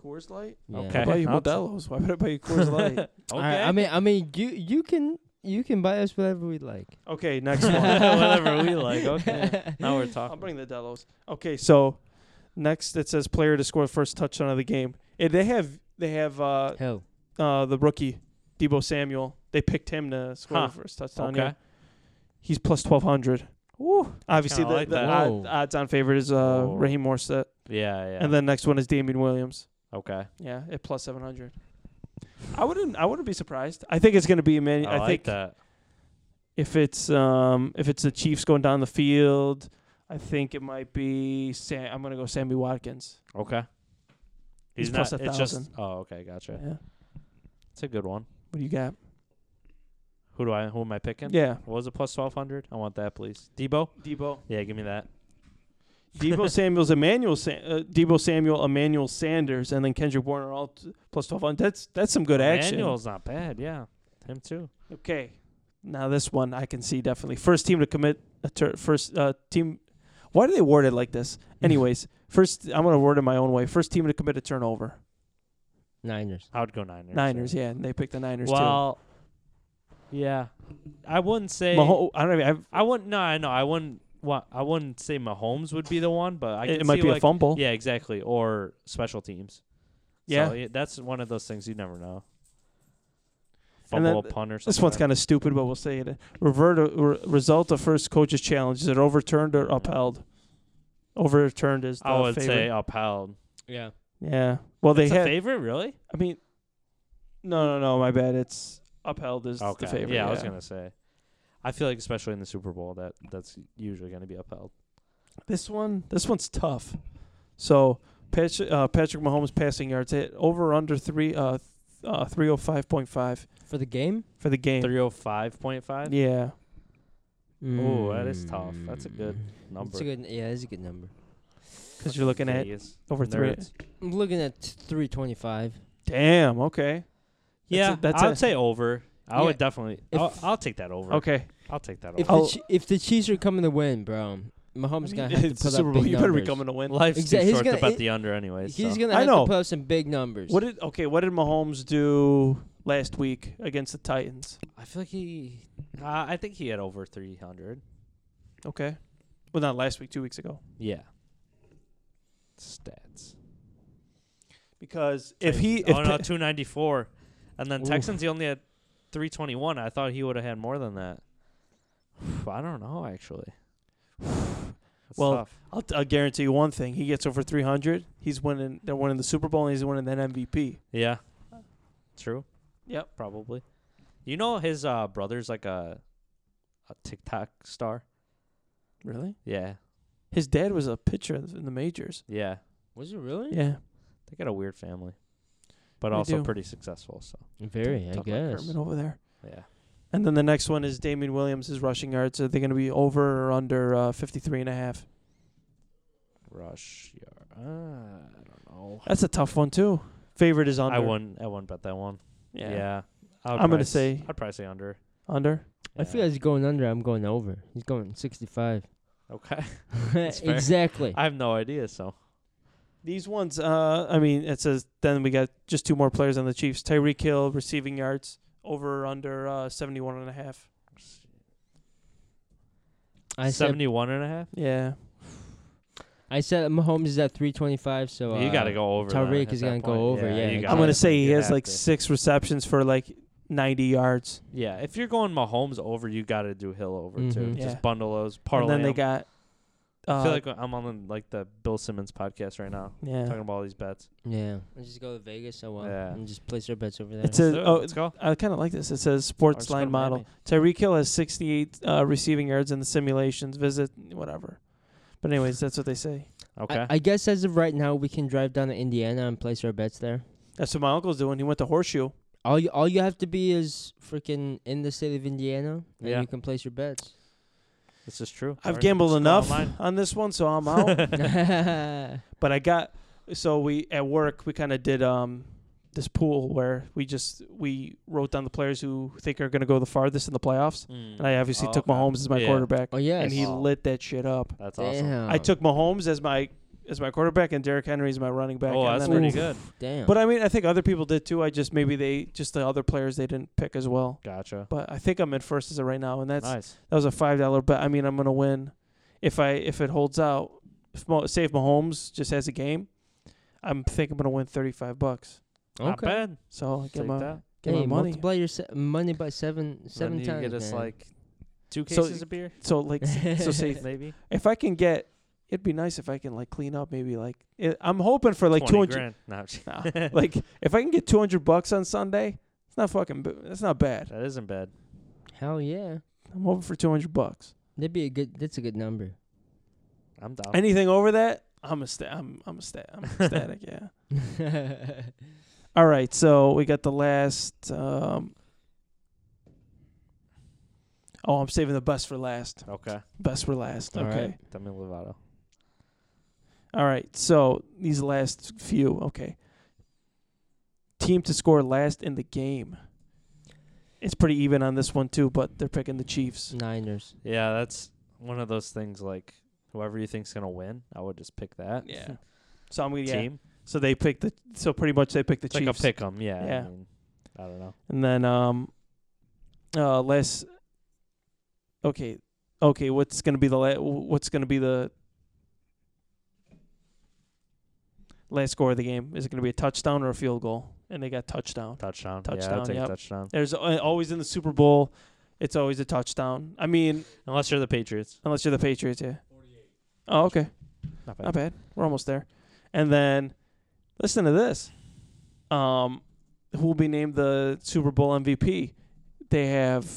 Coors Light, Yeah. Okay. I buy you I'll- Modelo's. Why would I buy [LAUGHS] you Coors Light? All right, I mean, I mean, you you can you can buy us whatever we like. okay, [LAUGHS] next one. [LAUGHS] whatever we like. Okay, now we're I'll talking. bring the Delos. Okay, so next it says player to score the first touchdown of the game. Eh, they have they have uh, Hell, uh, the rookie Debo Samuel. They picked him to score Huh. the first touchdown. Okay. yeah. he's plus twelve hundred. Woo! Obviously, Kinda the, like the that. Whoa. odd, odds on favorite is uh, Whoa. Raheem Morissette, Yeah, yeah. and then next one is Damien Williams. okay. Yeah, at plus seven hundred. I wouldn't. I wouldn't be surprised. I think it's going to be I, man. I, like think that. if it's um if it's the Chiefs going down the field, I think it might be. Sam, I'm going to go Sammy Watkins. Okay. He's He's, not. plus a it's just. thousand. Oh, okay, gotcha. Yeah. It's a good one. What do you got? Who do I? Who am I picking? Yeah, What was it? Plus twelve hundred. I want that, please. Debo. Debo. Yeah, give me that. [LAUGHS] Debo Samuel's Emmanuel Sam- uh, Debo Samuel Emmanuel Sanders and then Kendrick Warner all t- plus twelve hundred. That's that's some good action. Manuel's not bad. Yeah, him too. Okay. Now this one I can see definitely first team to commit a tur first uh, team. Why do they word it [LAUGHS] like this? Anyways, first I'm gonna word it my own way. First team to commit a turnover. Niners. I would go Niners. Niners, yeah, and they picked the Niners Well, yeah, I wouldn't too. say. Maho- I don't know. I've, I wouldn't. No, I know. I wouldn't. wa- I wouldn't say Mahomes would be the one, but I it, can it might see, be like, a fumble. Yeah, exactly. Or special teams. Yeah. so, yeah, that's one of those things you never know. And Fumble then a punt or something. This one's like kind of stupid, but we'll say it. Revert a, re- result of first coach's challenge. Is it overturned or upheld? Overturned is. that. The I would favorite. say upheld. Yeah. Yeah. Well, It's they a had. favorite, really? I mean, no, no, no. My bad. It's upheld is Okay. the favorite. yeah, I was gonna say. I feel like especially in the Super Bowl that that's usually gonna be upheld. This one, this one's tough. So Patrick, uh, Patrick Mahomes passing yards hit over or under three, uh, th- uh, three hundred five point five For the game? for the game. Three oh five point five Yeah. Ooh, that is tough. That's a good number. That's a good, yeah, that's a good number. Because you're looking at Vegas. over three. Nerds. I'm looking at 325. Oh. Damn. Okay. Yeah, a- that's I would a- say over. I Yeah. would definitely. I'll, If- I'll take that over. Okay. I'll take that If over. the, I'll- chi- if the Chiefs are coming to win, bro, Mahomes [LAUGHS] gonna have to It's the put Super up Bowl. big You better numbers. be coming to win. Life's Exa- too he's short gonna- to bet it- the under anyway. He's so. gonna I have know. to put up some big numbers. What did okay? What did Mahomes do last week against the Titans? I feel like he. Uh, I think he had over three hundred. Okay, well, not last week, two weeks ago. Yeah. Stats. Because if he, oh if no, Pa- Oh, Oh, two ninety four, and then Ooh. Texans he only had 321. I thought he would have had more than that. [SIGHS] I don't know actually. That's Well, tough. I'll, t- I'll guarantee you one thing: he gets over 300. He's winning. They're winning the Super Bowl, and he's winning that MVP. yeah, true. Yep. probably. You know his uh, brother's like a a TikTok star. Really? Yeah, His dad was a pitcher in the majors. yeah. Was it really? Yeah. They got a weird family, but They also do. pretty successful. So Very, I Talk about guess. Kermit over there. yeah, And then the next one is Damien Williams. His rushing yards are they going to be over or under uh, 53 and a half? rush. Yar- uh, I don't know. That's a tough one too. Favorite is under. I wouldn't. I wouldn't bet that one. Yeah, I would I'm gonna probably s- say- I'd probably say under. Under. I feel Yeah. he's going under. I'm going over. He's going [LAUGHS] 65. okay. fair. exactly. I have no idea. So These ones, uh, I mean, it says then we got just two more players on the Chiefs. Tyreek Hill receiving yards over or under uh, 71 and a half. I said, seventy-one and a half. Yeah. I said Mahomes is at 325, so uh, you got to go over. then Tyreek at is that gonna go point. over, yeah, you I'm gotta- I'm going to say he you'd has have like to. six receptions for like 90 yards. Yeah, if you're going Mahomes over, you got to do Hill over too. Mhm. Yeah. Just bundle those. Parlay And then they 'em. got. Uh, I feel like I'm on like the Bill Simmons podcast right now, yeah. talking about all these bets. Yeah. Let's just go to Vegas. So uh, Yeah. and just place our bets over there. It says, do it. oh, Let's go. I kind of like this. It says Or sports just go line to model. Miami. Tyreek Hill has 68 uh, receiving yards in the simulations, visit, whatever. But, anyways, that's what they say. Okay. I, I guess as of right now, we can drive down to Indiana and place our bets there. That's what my uncle's doing. He went to Horseshoe. All you all you have to be is freaking in the state of Indiana, and Yeah. you can place [LAUGHS] your bets. [LAUGHS] this is true. I've Alright, gambled let's go enough online. [LAUGHS] on this one, so I'm out. Oh. yeah, but I got so we at work we kind of did um this pool where we just we wrote down the players who think are going to go the farthest in the playoffs, Mm. and I obviously Oh, took okay. Mahomes as my Yeah. quarterback, Oh, yes. and he Oh. lit that shit up. That's awesome. damn. I took Mahomes as my as my quarterback, and Derrick Henry as my running back. Oh, and that's then- pretty Oof. good. damn. But I mean, I think other people did too. I just maybe they just the other players they didn't pick as well. Gotcha. But I think I'm in first as of right now, and that's nice. that was a five dollar bet. I mean, I'm gonna win if I if it holds out. If Mo, say if Mahomes just has a game, I'm think I'm gonna win thirty five bucks. Not okay. bad. So I get Take my that. get hey, my money. multiply your se- money by seven seven then times. You get us man. [LAUGHS] like two So- cases of beer. So [LAUGHS] like s- so say if- maybe if I can get, it'd be nice if I can like clean up maybe like it, I'm hoping for like two 20 hundred. grand. [LAUGHS] No, I'm just- [LAUGHS] like if I can get two hundred bucks on Sunday, it's not fucking. b- That's not bad. that isn't bad. hell yeah. I'm hoping for two hundred bucks. That'd be a good. That's a good [LAUGHS] number. [LAUGHS] I'm down. Anything over that, I'm a sta- I'm I'm a sta- [LAUGHS] I'm ecstatic. yeah. All right, so we got the last. Um, oh, I'm saving the best for last. okay. Best for last. All okay. right. Demi Lovato. All right. So these last few. Okay. Team to score last in the game. It's pretty even on this one too, but they're picking the Chiefs. Niners. Yeah, that's one of those things. Like whoever you think's gonna win, I would just pick that. So I'm gonna yeah. Team. So they pick the. So pretty much they pick the It's Chiefs. like a pick 'em. Yeah. Yeah. I, mean, I don't know. And then um uh less Okay. Okay, what's going to be the la- what's going to be the last score of the game? Is it going to be a touchdown or a field goal? And they got touchdown. Touchdown. Yeah, Touchdown, I'll take yep. a touchdown. There's al- always in the Super Bowl, it's always a touchdown. I mean, Unless you're the Patriots. unless you're the Patriots, yeah. Oh, okay. Not Not bad. We're almost there. And then listen to this. Um who will be named the Super Bowl MVP? They have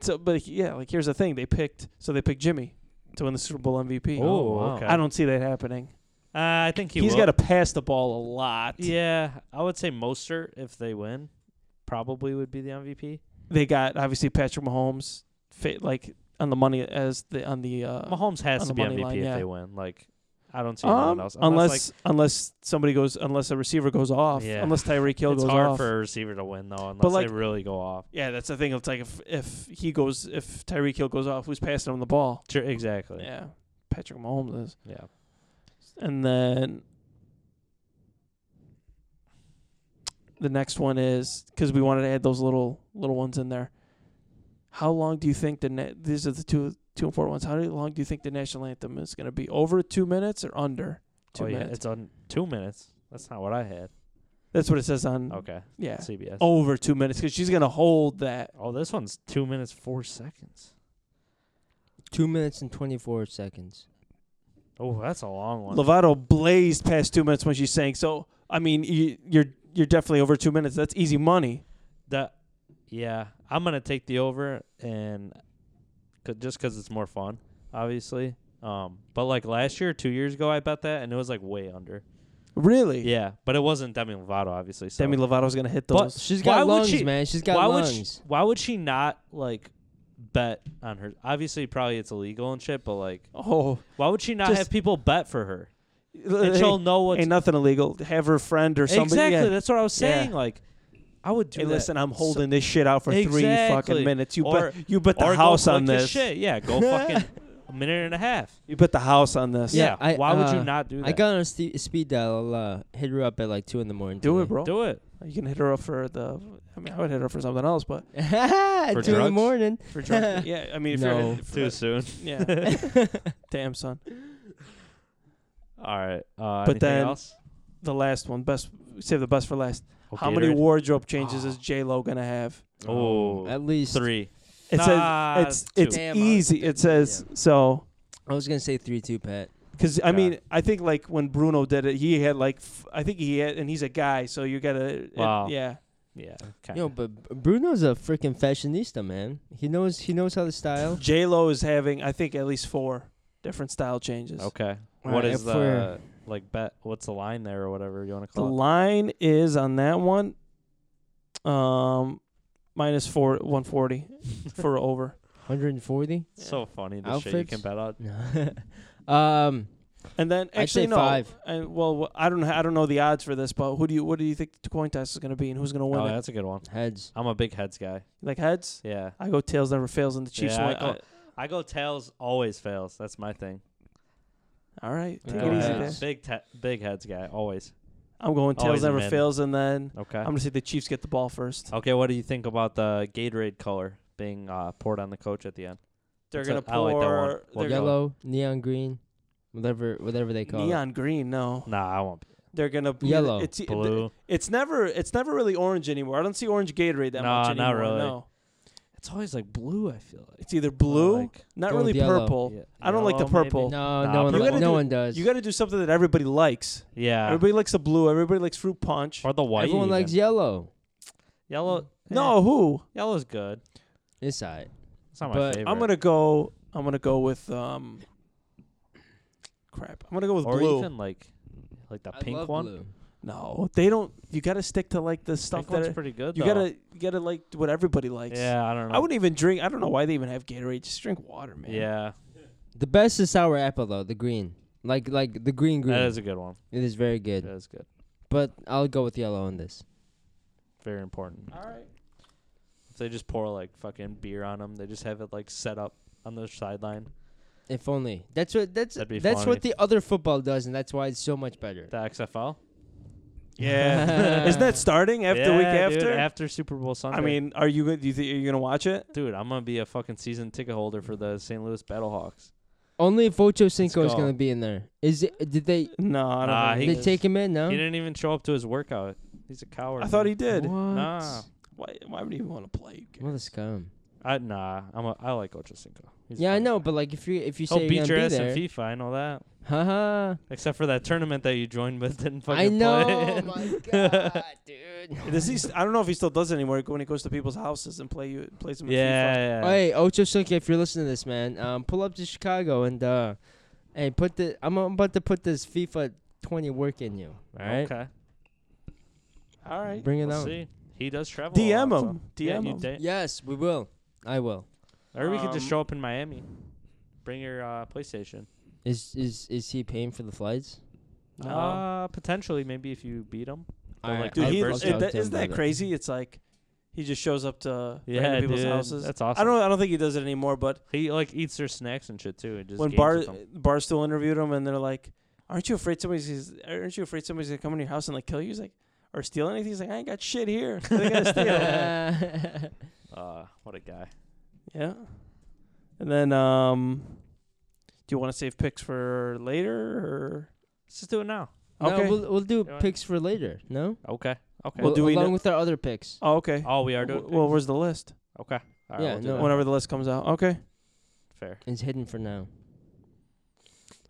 so but yeah, like here's the thing. They picked so they picked Jimmy to win the Super Bowl MVP. Oh, wow. okay. I don't see that happening. Uh, I think he He's will. got to pass the ball a lot. Yeah, I would say Mostert if they win, probably would be the MVP. They got obviously Patrick Mahomes fit like on the money as the on the uh Mahomes has on to the be money MVP line, if yeah. they win. Like, I don't see um, anyone else unless like, unless, somebody goes unless a receiver goes off Yeah. unless Tyreek Hill it's goes hard off for a receiver to win though, unless like- they really go off. Yeah, that's the thing. It's like if if he goes, if Tyreek Hill goes off, who's passing him the ball? Sure, exactly. Yeah. Yeah, Patrick Mahomes is. And then the next one is because we wanted to add those little little ones in there. How long do you think the na- these are the two two important ones? How long do you think the national anthem is going to be? Over two minutes or under two Oh, yeah, minutes? it's on two minutes. That's not what I had. That's what it says on Okay. yeah CBS. Oh. over two minutes because she's gonna hold that. this one's two minutes four seconds. Two minutes and twenty four seconds. Oh, that's a long one. Lovato blazed past two minutes when she sang. So I mean, you, you're you're definitely over two minutes. That's easy money. That, yeah, I'm gonna take the over and c- just because it's more fun, obviously. Um, but like last year, two years ago, I bet that, and it was like way under. Really? Yeah, but it wasn't Demi Lovato, obviously. So. Demi Lovato's gonna hit But- those. She's Why got would lungs, she- man. She's got why lungs. would she, why would she not like bet on her? Obviously, probably it's illegal and shit, but like, oh, why would she not Just- have people bet for her? And she'll ain't, know what's ain't nothing illegal. Have her friend or somebody. exactly. yeah. That's what I was Yeah. saying. Like, I would do Hey, that. listen, I'm So- holding this shit out for three Exactly. fucking minutes. You Or- bet. You bet the or go house on click his this. Shit. Yeah, [LAUGHS] go fucking a minute and a half. You bet the house on this. Yeah. Yeah, I- why would uh, you not do that? I got on a sti- speed dial. I'll uh, hit her up at like two in the morning. Do today. it, bro. do it You can hit her up for the. I mean, I would hit her up for something else, but [LAUGHS] For at two in the drugs? morning. for drunk- [LAUGHS] yeah. I mean, if No. you're for that- soon. [LAUGHS] yeah, [LAUGHS] damn son. [LAUGHS] All right. Uh, But anything then- else? The last one, best save the best for last. Oh, How many Gatorade? wardrobe changes Ah. is J Lo gonna have? Oh, at least three. It Nah, says two. it's it's Damn, I was easy. It says so. I was gonna say three two, Pat. Because I Yeah. mean, I think like when Bruno did it, he had like f- I think he had, and he's a guy, so you gotta it- Wow. yeah. Yeah. Okay. Yo, but B- Bruno's a freaking fashionista, man. He knows he knows how to style. J Lo is having I think at least four different style changes. okay. All What right, is if the we're- like bet? What's the line there or whatever you want to The call line is on that one, um, minus four one forty [LAUGHS] for over. 140. it? So funny the shit you can Outfits? bet on. [LAUGHS] um, And then I'd actually say no, five. I, well wh- I don't I don't know the odds for this, but who do you what do you think the coin toss is gonna be and who's gonna win Oh, it? that's a good one. heads. I'm a big heads guy. Like heads, Yeah. I go tails never fails, and the Chiefs yeah, win. I, I- I go tails always fails. That's my thing. all right, take Yeah, it Go easy, heads. Dan. Big te- big heads guy always. I'm going Always tails a never man. fails, and then Okay. I'm gonna say the Chiefs get the ball first. Okay, what do you think about the Gatorade color being uh, poured on the coach at the end? They're That's gonna a- I like that one. pour. We'll go. they're gonna Yellow, neon green, whatever whatever they call neon green. No, Nah, I won't. they're gonna be Yellow. It's e- Blue. It's never. It's never really orange anymore. I don't see orange Gatorade that No, much not anymore. really. No, It's always like blue. I feel like it's either blue, like- not Go really with yellow. purple. Yeah. I don't like the Yellow, maybe? it. purple. No, Nah, no one you li- gotta no do- one does. You got to do something that everybody likes. Yeah. Everybody likes the blue. Everybody likes fruit punch. or the white. Everyone even. likes yellow. yellow. eh, No, who? yellow's good. It's alright. It's not my But I'm favorite. I'm gonna go. I'm gonna go with um. Crap. I'm gonna go with or blue. even like like the pink one. No, they don't. You got to stick to like the stuff pink one's that are, pretty good. you though. gotta you gotta like do what everybody likes. Yeah, I don't know. I wouldn't even drink. I don't know why they even have Gatorade. Just drink water, man. Yeah, The best is sour apple though, the green. Like like the green green. that is a good one. it is very good. That is good. But I'll go with yellow on this. Very important. All right. If they just pour like fucking beer on them, they just have it like set up on the sideline. If only. That's what that's That'd be that's funny. what the other football does and that's why it's so much better. The XFL Yeah. [LAUGHS] [LAUGHS] Isn't that starting after yeah, week dude, after? after Super Bowl Sunday. I mean, are you gonna- do you think are you gonna watch it? Dude, I'm gonna be a fucking season ticket holder for the St. Louis Battlehawks. Only if Ocho Cinco is go. gonna be in there. Is it did they No, I don't. Nah, think he they it is. take him in, no? He didn't even show up to his workout. He's a coward. I thought he man. did. What? Nah. Why? Why would he even want to play? What a scum. I, nah, I'm a, I like Ocho Cinco. He's a Yeah, I fun know, guy. but like if you if you say He'll you're beat your gonna ass be there, in FIFA. I know that. haha. Except for that tournament that you joined but didn't fucking I know, [LAUGHS] play. [LAUGHS] oh in. my god, [LAUGHS] dude. Does he? st- I don't know if he still does it anymore. When he goes to people's houses and play you plays them. in yeah, FIFA. yeah. Hey, Ocho Cinco, if you're listening to this, man, um, pull up to Chicago and uh, and put the I'm about to put this FIFA 20 work in you. All right, Okay. All right. bring it We'll on. see. He does travel. a DM lot, so- him. Yeah, DM you him. da- Yes, we will. I will. Or we could just Um, show up in Miami. Bring your uh, PlayStation. Is is is he paying for the flights? Oh. No. Uh, potentially, maybe if you beat them. They'll, Alright, like, Dude, I I'd he, will verse- is it- talk to that, him isn't that about it. crazy? It's like he just shows up to random people's houses. That's awesome. I don't. I don't think he does it anymore. But He like eats their snacks and shit too. And just when games Bar with 'em. Barstool interviewed him, and they're like, "Aren't you afraid somebody's? Aren't you afraid somebody's gonna come into your house and like kill you?" He's like, "Or steal anything?" He's like, "I ain't got shit here. They gotta [LAUGHS] steal." Uh, what a guy. yeah. And then, um, do you want to save picks for later? Or? Let's just do it now. Okay. No, we'll we'll do Yeah. picks for later. No. [LAUGHS] Okay. Okay. Well, Al- do we along kn- with our other picks. oh, okay. oh, we are doing. W- well, where's the list? okay. All right, Yeah, we'll do no. that. Whenever the list comes out. Okay. Fair. It's hidden for now.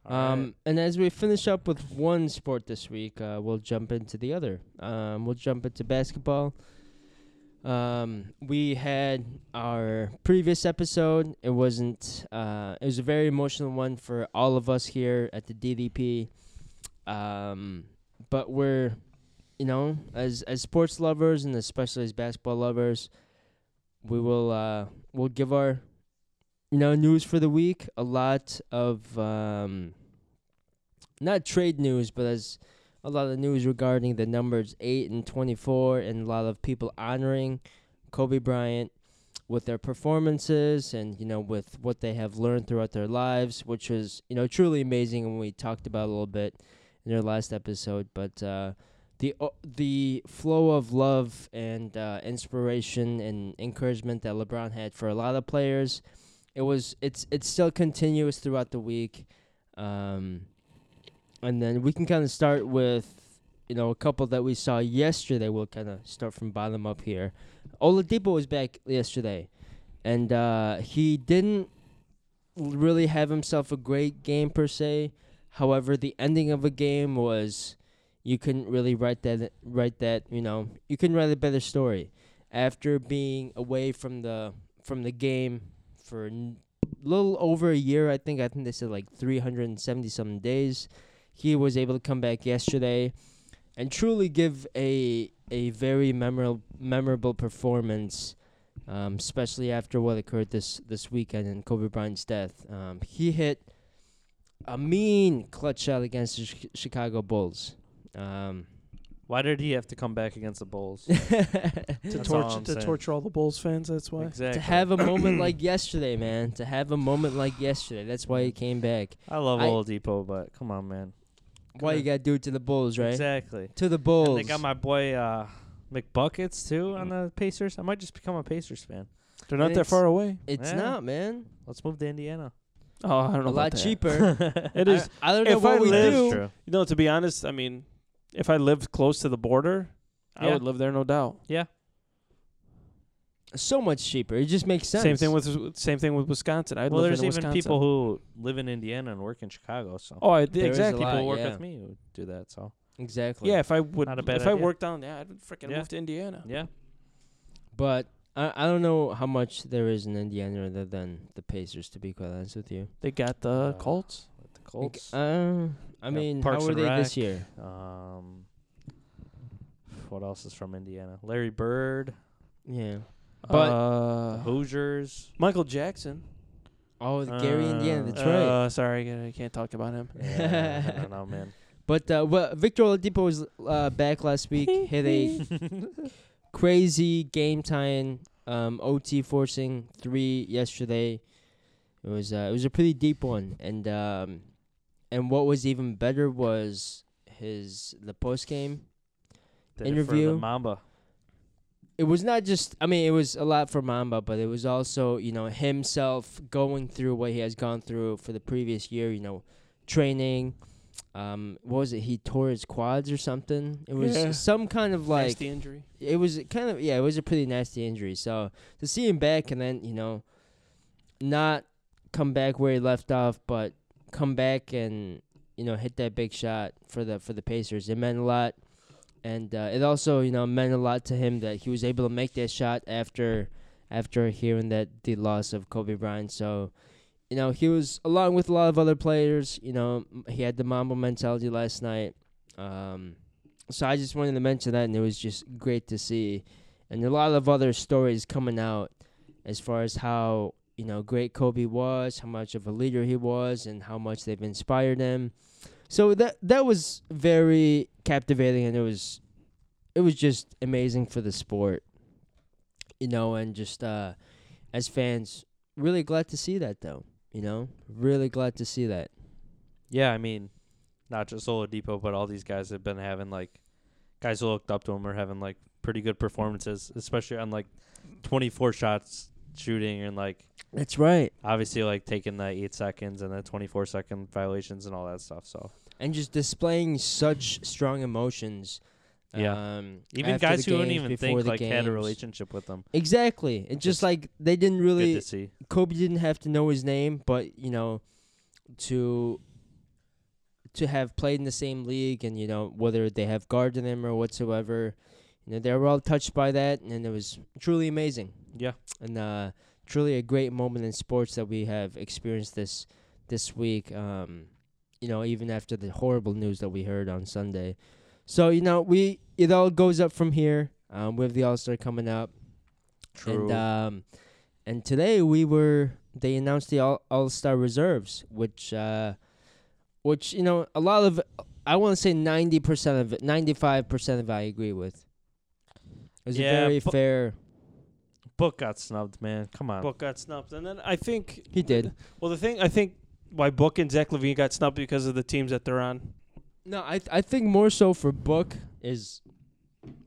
All right. Um, and as we finish up with one sport this week, uh, we'll jump into the other. Um, we'll jump into basketball. Um, we had our previous episode. It wasn't. Uh, it was a very emotional one for all of us here at the DDP. Um, but we're, you know, as as sports lovers and especially as basketball lovers, we will uh we'll give our you know, news for the week. A lot of um, not trade news, but as a lot of news regarding the numbers eight and twenty-four, and a lot of people honoring Kobe Bryant with their performances and you know with what they have learned throughout their lives, which was you know truly amazing, and we talked about a little bit in our last episode, but. Uh, the, o the flow of love and uh, inspiration and encouragement that LeBron had for a lot of players it was it's it's still continuous throughout the week um and then we can kind of start with you know a couple that we saw yesterday we'll kind of start from bottom up here Oladipo was back yesterday and uh he didn't really have himself a great game per se however the ending of a game was you couldn't really write that write that you know you couldn't write a better story after being away from the from the game for n- little over a year. I think I think they said like 370 something days. He was able to come back yesterday and truly give a a very memorable memorable performance, um, especially after what occurred this this weekend and Kobe Bryant's death. Um, he hit a mean clutch shot against the Chi- Chicago Bulls. Um, [LAUGHS] Why did he have to come back against the Bulls? To That's all torture I'm to saying. torture all the Bulls fans. That's why. exactly. to have a moment like yesterday, man. To have a moment like yesterday. That's why he came back. I love I- Old Depot, but come on, man. Why you gotta do it to the Bulls, right? Exactly. To the Bulls. And they got my boy uh, McBuckets too on the Pacers. I might just become a Pacers fan. They're not And that it's- far away. it's Yeah. not, man. Let's move to Indiana. Oh, I don't know. A about lot [LAUGHS] that. cheaper. It is. I, I don't know if what I we lived- do. True. You know, to be honest, I mean, if I lived close to the border, I Yeah. would live there, no doubt. Yeah. So much cheaper. It just makes sense. Same thing with same thing with Wisconsin. I'd well, live there's in even Wisconsin. people who live in Indiana and work in Chicago, so Oh, I, is a exactly. lot. people who work yeah. with me who do that. So exactly. Yeah, if I would, Not a bad if I idea. worked down there, I'd freaking Yeah. move to Indiana. yeah, But I, I don't know how much there is in Indiana other than the Pacers. To be quite honest with you. They got the Uh, Colts. with the Colts. Uh, I mean, how Parks were and they Rec. this year? um, what else is from Indiana? Larry Bird, Yeah. But But- the [LAUGHS] uh, Hoosiers. Michael Jackson. Oh, the Gary, Indiana, Uh, Detroit. right. Uh, sorry, I can't talk about him. Yeah, I don't know, [LAUGHS] man. but uh, well, Victor Oladipo was uh, back last week. hit a crazy game tying um, OT forcing three yesterday. It was uh, it was a pretty deep one, and um, and what was even better was his the post game. Did it for Interview. the Mamba. It was not just I mean it was a lot for Mamba, but it was also you know himself going through what he has gone through for the previous year. You know, training. Um, what was it? He tore his quads or something. It was Yeah. some kind of like Nasty injury. it was kind of yeah, it was a pretty nasty injury. So to see him back and then you know, not come back where he left off, but come back and you know hit that big shot for the for the Pacers. It meant a lot, and uh, it also you know meant a lot to him that he was able to make that shot after after hearing that the loss of Kobe Bryant. So. You know, he was along with a lot of other players. You know, m- he had the Mamba mentality last night. Um, so I just wanted to mention that, and it was just great to see, and a lot of other stories coming out as far as how you know great Kobe was, how much of a leader he was, and how much they've inspired him. So that that was very captivating, and it was it was just amazing for the sport, you know, and just uh, as fans, really glad to see that though, you know, really glad to see that. Yeah, I mean, not just Oladipo, but all these guys have been having like guys who looked up to him are having like pretty good performances, especially on like 24 shots shooting and like That's right. obviously like taking the eight seconds and the 24 second violations and all that stuff. So and just displaying such strong emotions. Yeah. um, Even after guys the who wouldn't games, even before think the like had a games. relationship with them. Exactly. It's just Just like they didn't really. Good to see. Kobe didn't have to know his name, but you know, to to have played in the same league and you know whether they have guarded him or whatsoever, you know they were all touched by that, and it was truly amazing Yeah. and uh, truly a great moment in sports that we have experienced this this week. Um, you know, even after the horrible news that we heard on Sunday. So you know, we it all goes up from here. Um, we have the All Star coming up. True. And uh, um, and today we were they announced the all All Star reserves, which uh, which you know a lot of I want to say ninety percent of it, ninety five percent of it I agree with. It was Yeah, a very but- fair. Book got snubbed, man. Come on. Book got snubbed, and then I think He did. Well, the thing I think why Book and Zach Levine got snubbed because of the teams that they're on. No, I th- I think more so for book is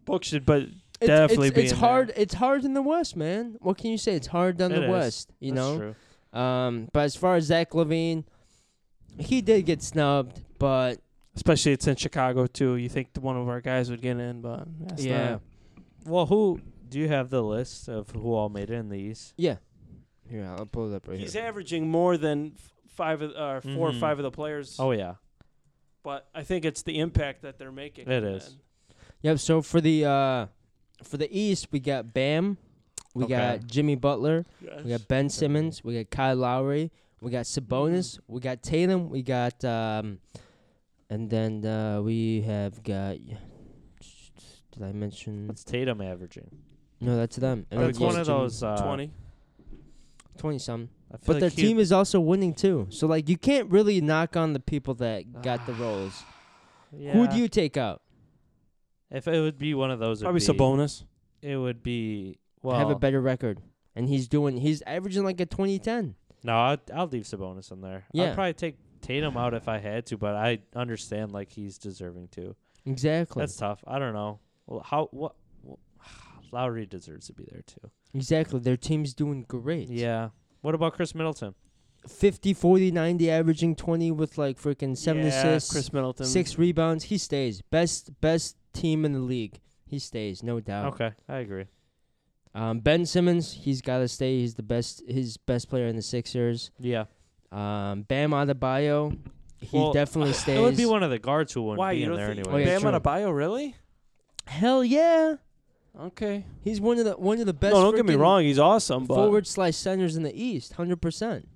Book should, but it's, Definitely it's, be it's in hard it's hard in the West, man. What can you say? It's hard down It the is. West, you That's know. true. Um, but as far as Zach Levine, he did get snubbed, but especially it's in Chicago too. You think one of our guys would get in, but that's yeah, not- Well, who do you have the list of who all made it in the East? yeah. Here, I'll pull it up right he's here. averaging more than f- five of, or 4 or Mhm. five of the players. Oh yeah, but I think it's the impact that they're making. It It is. is. Yep. So for the uh, for the East, we got Bam, we Okay. got Jimmy Butler, we got Ben Simmons, we got Kyle Lowry, we got Mm. Sabonis, we got Tatum, we got um, and then uh, we have got. Did I mention? it's Tatum averaging. No, that's them. And But then it's yeah, one of Jimmy- those uh, Twenty. twenty some. I feel But like their he- team is also winning too. So like you can't really knock on the [SIGHS] people that got the roles. Uh, Who would Yeah. you take out? If it would be one of those, it'd Probably be, Sabonis. It would be well. Have a better record. And he's doing he's averaging like a twenty ten. No, I'd, I'll leave Sabonis in there. Yeah. I'd probably take Tatum out if I had to, but I understand like he's deserving to. Exactly. That's tough. I don't know. Well, how what? Well, [SIGHS] Lowry deserves to be there too. exactly. Their team's doing great. Yeah. What about Chris Middleton? 50, 40, 90, averaging twenty with like freaking seven yeah, assists, Chris Middleton. six rebounds. He stays. Best best team in the league. He stays, no doubt. Okay, I agree. Um, ben Simmons, he's got to stay. He's the best. His best player in the Sixers. Yeah. Um, Bam Adebayo, he Well, definitely [SIGHS] stays. It would be one of the guards who wouldn't Why be you in don't there think anyway. Oh, yeah, Bam true. Adebayo really? Hell yeah, Okay. he's one of the one of the best. no, don't get me freaking wrong. He's awesome, but Forward slash centers in the East, hundred percent.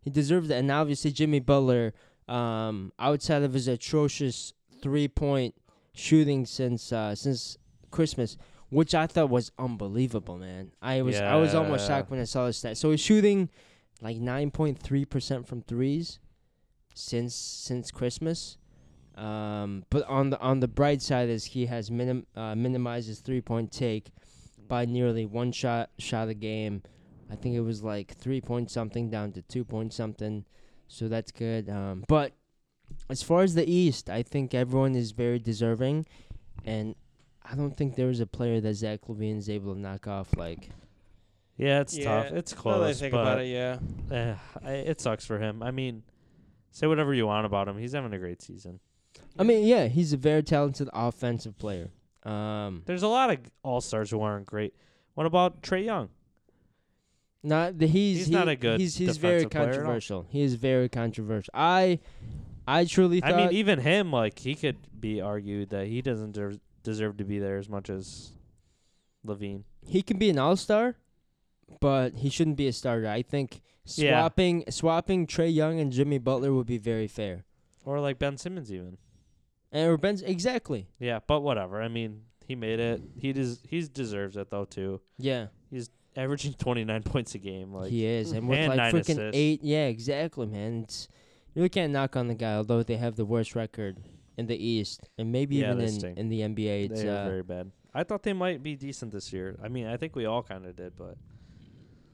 He deserves it, and obviously Jimmy Butler, um, outside of his atrocious three point shooting since uh, since Christmas, which I thought was unbelievable, man. I was I was almost Yeah. shocked when I saw this stat. So he's shooting like nine point three percent from threes since since Christmas. Um, but on the on the bright side is he has minim, uh, minimized his three point take by nearly one shot shot a game. I think it was like three point something down to two point something, so that's good. Um, but as far as the East, I think everyone is very deserving, and I don't think there is a player that Zach Levine is able to knock off. Like Yeah, it's Yeah, tough. It's now close. that I think but about it, yeah. eh, I- it sucks for him. I mean, say whatever you want about him. He's having a great season. I mean, yeah, he's a very talented offensive player. Um, There's a lot of all stars who aren't great. What about Trey Young? Not the, he's He's he- not a good He's he's very defensive player at all. controversial. He is very controversial. I I truly I thought mean, even him, like he could be argued that he doesn't der- deserve to be there as much as Levine. he can be an all star, but he shouldn't be a starter. I think Yeah. swapping swapping Trey Young and Jimmy Butler would be very fair. Or like Ben Simmons even. And or Ben's exactly. Yeah, but whatever. I mean, he made it. He des- he deserves it though too. Yeah, Averaging twenty nine points a game, like he is, and with and like nine freaking assists. eight. Yeah, exactly, man. It's, you really can't knock on the guy, although they have the worst record in the East, and maybe Yeah, even they in, stink. in the NBA. It's they are uh, very bad. I thought they might be decent this year. I mean, I think we all kind of did, but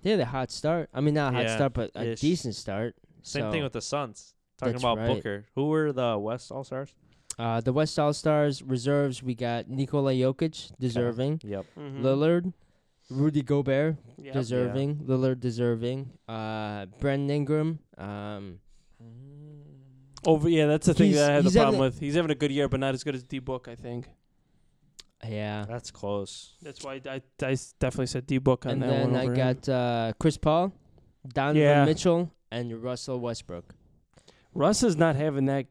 they had a hot start. I mean, not a hot Yeah, start, but a ish. decent start. same so. thing with the Suns. Talking That's about right. Booker, who were the West All Stars? Uh, the West All Stars reserves, we got Nikola Jokic deserving, Yep. Mhm. Lillard, Rudy Gobert Yep. deserving, Lillard deserving, uh, Brandon Ingram, um, Over, yeah, that's the thing He's- that I had the he's having problem a- with. He's having a good year, but not as good as D Book. I think Yeah. That's close. that's why I, I s- definitely said D Book on And that then one. I over him. got uh, Chris Paul, Donovan Yeah. Mitchell, and Russell Westbrook. Russ is not having that.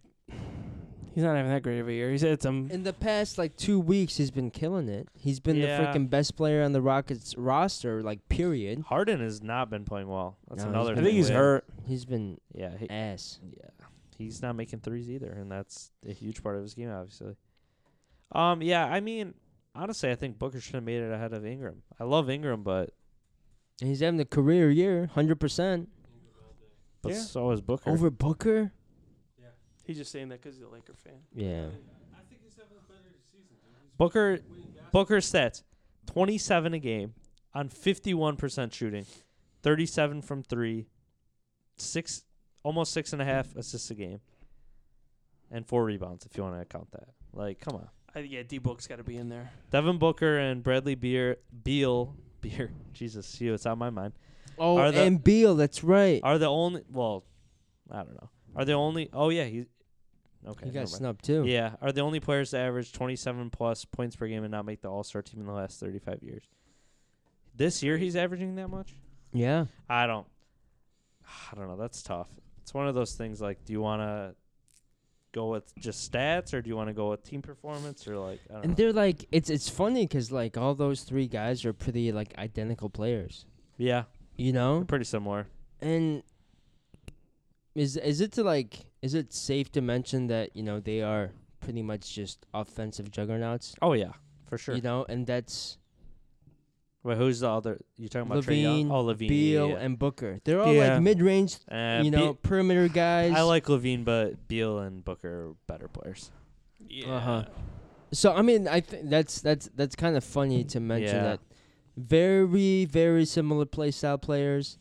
He's not having that great of a year. He's had some. In the past like two weeks, he's been killing it. He's been Yeah. the freaking best player on the Rockets roster. Like period. Harden has not been playing well. That's No, he's another. I been- thing think he's with- hurt. He's been Yeah, he, ass. yeah. He's not making threes either, and that's a huge part of his game, obviously. Um, yeah. I mean, honestly, I think Booker should have made it ahead of Ingram. I love Ingram, but And He's having a career year, hundred percent but Yeah. so is Booker. over Booker. He's just saying that because he's a Laker fan. Yeah. Booker Booker stats. Twenty seven a game on fifty one percent shooting, thirty seven from three, six almost six and a half assists a game. And four rebounds if you want to count that. Like, come on. I, yeah, D Book's got to be in there. Devin Booker and Bradley Beer Beal [LAUGHS] Beer. Jesus, see it's on my mind. Oh, Are the- and Beal. That's right. Are the only well, I don't know. Are the only oh yeah, he's okay. he never got mind. snubbed too. Yeah, are the only players to average 27 plus points per game and not make the All Star team in the last 35 years. This year he's averaging that much. Yeah. I don't. I don't know. That's tough. It's one of those things. Like, do you want to go with just stats, or do you want to go with team performance, or like? I don't And know. they're like, it's it's funny because like all those three guys are pretty like identical players, Yeah, you they're know. pretty similar. And is is it to like is it safe to mention that you know they are pretty much just offensive juggernauts, Oh yeah, for sure. you know, and that's But who's the other? You talking about Trae Young? Levine, Oh, Levine. yeah, Beal yeah. and Booker. They're all Yeah. like mid range, Uh, Be- you know, perimeter guys. I like Levine, but Beal and Booker are better players. Yeah. Uh-huh. So I mean, I think that's that's that's kind of funny to mention Yeah. that very very similar play style players,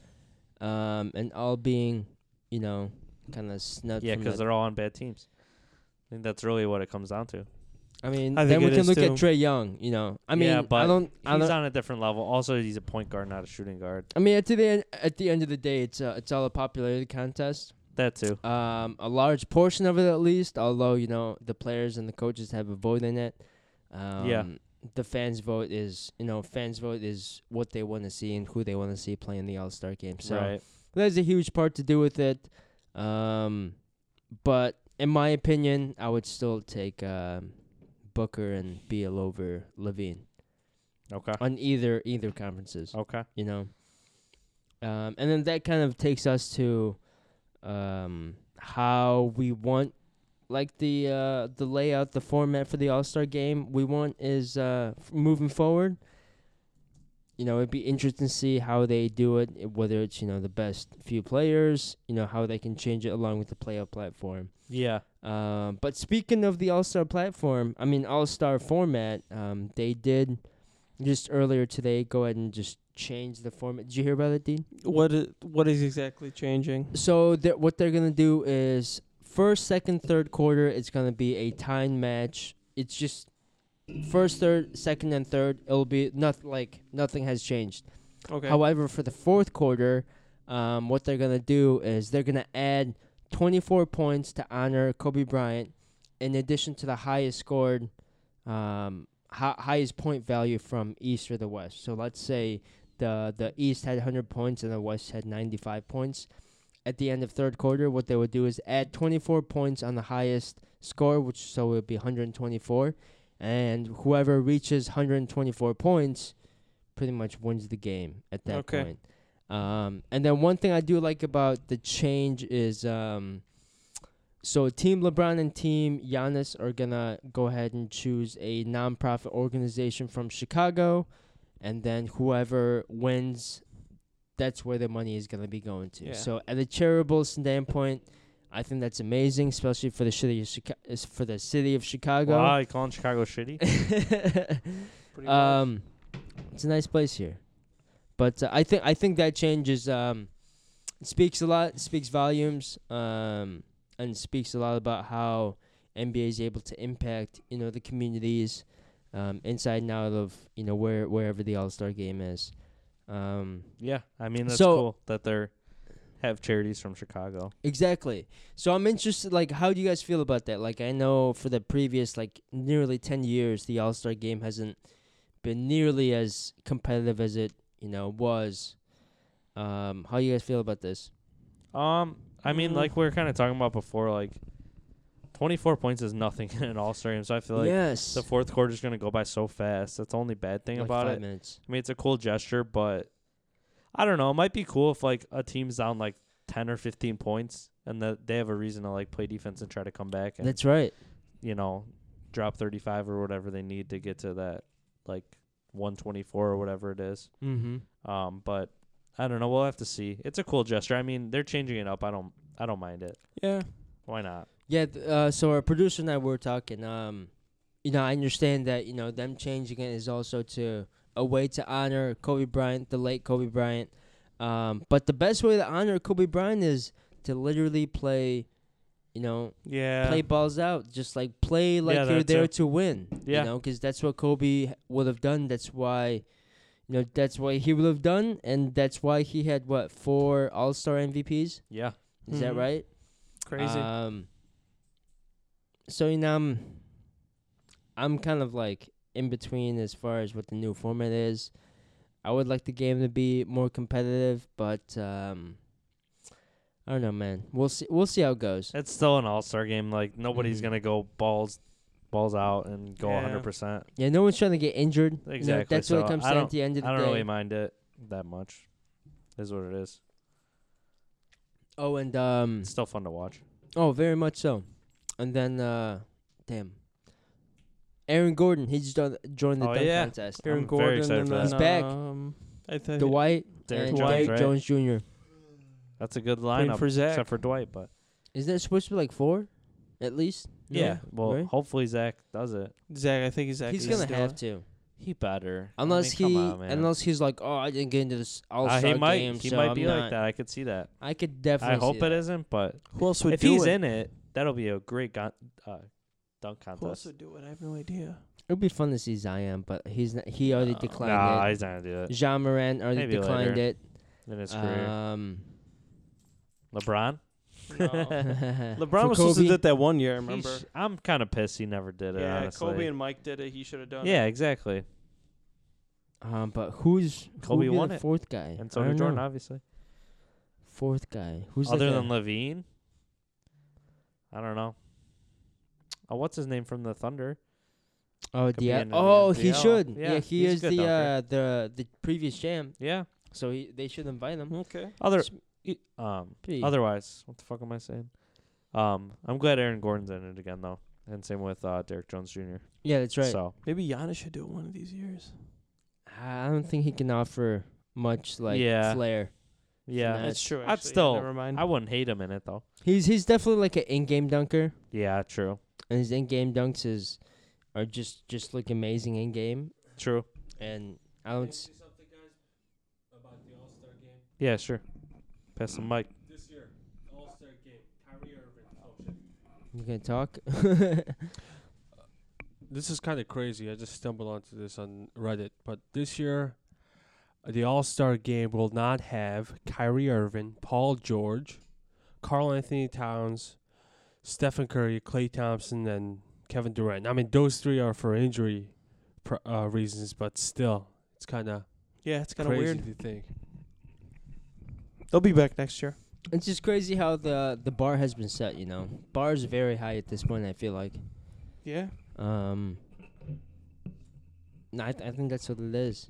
um, and all being you know kind of snubbed. Yeah, from because that- they're all on bad teams. I think that's really what it comes down to. I mean, I then think we can it is look at too. Trey Young. You know, I mean, Yeah, I but don't, I he's don't. on a different level. Also, he's a point guard, not a shooting guard. I mean, at the end, at the end of the day, it's uh, it's all a popularity contest. That too. Um, a large portion of it, at least, although you know the players and the coaches have a vote in it. Um, Yeah. The fans' vote is, you know, fans' vote is what they want to see and who they want to see playing the All Star game. So right. that's a huge part to do with it. Um, but in my opinion, I would still take um, Booker and Beal over Levine Okay. on either either conferences Okay. you know. Um, and then that kind of takes us to um, how we want, like the uh, the layout, the format for the All Star game we want is uh, f- moving forward. You know, it'd be interesting to see how they do it, i- whether it's you know the best few players, you know how they can change it along with the playoff platform. Yeah. Um, but speaking of the All Star platform, I mean All Star format, um, they did just earlier today go ahead and just change the format. Did you hear about it, Dean? What is, what is exactly changing? So th- what they're gonna do is first, second, third quarter. It's gonna be a time match. It's just first, third, second, and third. It'll be not like nothing has changed. Okay. However, for the fourth quarter, um, what they're gonna do is they're gonna add 24 points to honor Kobe Bryant, in addition to the highest scored, um, hi- highest point value from East or the West. So let's say the the East had 100 points and the West had 95 points. At the end of third quarter, what they would do is add 24 points on the highest score, which so it would be 124, and whoever reaches 124 points pretty much wins the game at that Okay. point. Um, and then one thing I do like about the change is um, so Team LeBron and Team Giannis are gonna go ahead and choose a nonprofit organization from Chicago, and then whoever wins, that's where the money is gonna be going to. Yeah. So at a charitable standpoint, I think that's amazing, especially for the city of Chica- is for the city of Wow, Chicago. you calling Chicago Eh. shitty? [LAUGHS] Pretty much. um, it's a nice place here, but uh, I think I think that change is um, speaks a lot, speaks volumes, um, and speaks a lot about how NBA is able to impact you know the communities um, inside and out of you know where wherever the All Star game is. Um, yeah. I mean, that's So- cool that they're have charities from Chicago. Exactly. So I'm interested. Like, how do you guys feel about that? Like, I know for the previous like nearly ten years, the All Star Game hasn't been nearly as competitive as it you know was. Um, how you guys feel about this? Um, I mean, Mm. like we were kind of talking about before, like twenty four points is nothing [LAUGHS] in an All Star game. So I feel like yes. the fourth quarter is gonna go by so fast. That's the only bad thing Like about five it. minutes. I mean, it's a cool gesture, but I don't know. It might be cool if like a team's down like ten or fifteen points, and that they have a reason to like play defense and try to come back and That's right. you know drop thirty five or whatever they need to get to that like one twenty four or whatever it is. Mm-hmm. Um, but I don't know. We'll have to see. It's a cool gesture. I mean, they're changing it up. I don't. I don't mind it. Yeah. Why not? Yeah. Th- uh, so our producer and I were talking. Um, you know, I understand that you know them changing it is also to a way to honor Kobe Bryant, the late Kobe Bryant. Um, but the best way to honor Kobe Bryant is to literally play, you know, Yeah. play balls out. Just like play like Yeah, you're that there too. to win. Yeah. You know, because that's what Kobe would have done. That's why, you know, that's why he would have done, and that's why he had what four All Star MVPs. Yeah. Is that Mm-hmm. Mhm. right? Crazy. Um, so you know, I'm, I'm kind of like in between as far as what the new format is. I would like the game to be more competitive, but um, I don't know, man. We'll see. We'll see how it goes. It's still an All Star game. Like nobody's Mhm. gonna go balls, balls out and go Yeah. hundred percent. Yeah, no one's trying to get injured. You know, Exactly, that's what so it comes I down to don't- at the end of I the don't day. really mind it that much. Is what it is. oh, and um, It's still fun to watch. oh, very much so. And then, uh, damn, Aaron Gordon, he just done- joined the Oh, dunk yeah. contest. I'm Aaron very Gordon excited and for then that. He's back. Um, I think Dwight Derrick and Jones, Derrick right? Jones Jr. That's a good Playing lineup, for Zach. except for Dwight. But Is that supposed to be like four, at least? No? Yeah. well, Right? hopefully Zach does it. Zach. I think he's he's actually gonna still- have to, He better. I unless mean, he, come on, man. unless he's like, oh, I didn't get into this All Uh, Star he might. game, he so might I'm be not. like that. I could see that. I could I definitely. hope see it that. isn't, but Who else would if do he's it? in it, that'll be a great gon- uh, dunk Who else contest. would do it? I have no [LAUGHS] idea. It'd be fun to see Zion, but he's not, he already No. declined Uh, Nah, it. he's not gonna do it Jean Moran already Maybe declined later. it. in his career. Um, LeBron. [LAUGHS] LeBron for was supposed to Kobe, did that one year. I He remember. sh- I'm kind of pissed he never did it. yeah, honestly. Kobe and Mike did it. He should have done it. yeah, exactly. Um, but who's Kobe who'd be won the it. fourth guy? And I so did don't Jordan, know. obviously. Fourth guy. Who's the Other guy? than Levine, I don't know. Oh, what's his name from the Thunder? oh, could be Dia- in the Oh, he NBL. should. Yeah, Yeah, he he's a is good the dunker. uh, the the previous champ, Yeah. so he, they should invite him. Okay. Other. Sp- e- Um. Gee. Otherwise, what the fuck am I saying? Um. I'm glad Aaron Gordon's in it again though, and same with uh, Derek Jones Jr. Yeah, that's right. So Maybe Giannis should do it one of these years. I don't think he can offer much like Yeah. flair. yeah, Nah. That's true. I'd Actually. Yeah, still- never mind. I wouldn't hate him in it though. He's he's definitely like an in-game dunker, Yeah, true. and his in-game dunks is are just just look amazing in-game. True. And I don't. s- Yeah, sure. Pass the mic. You gonna talk? [LAUGHS] this is kind of crazy. I just stumbled onto this on Reddit, but this year, uh, the All Star Game will not have Kyrie Irving, Paul George, Carl Anthony Towns, Stephen Curry, Clay Thompson, and Kevin Durant. I mean, those three are for injury pr- uh, reasons, but still, it's kind of yeah, it's kind of crazy weird. to think. They'll be back next year. it's just crazy how the the bar has been set. You know, bar's very high at this point. I feel like. Yeah. Um. No, I, th- I think that's what it is.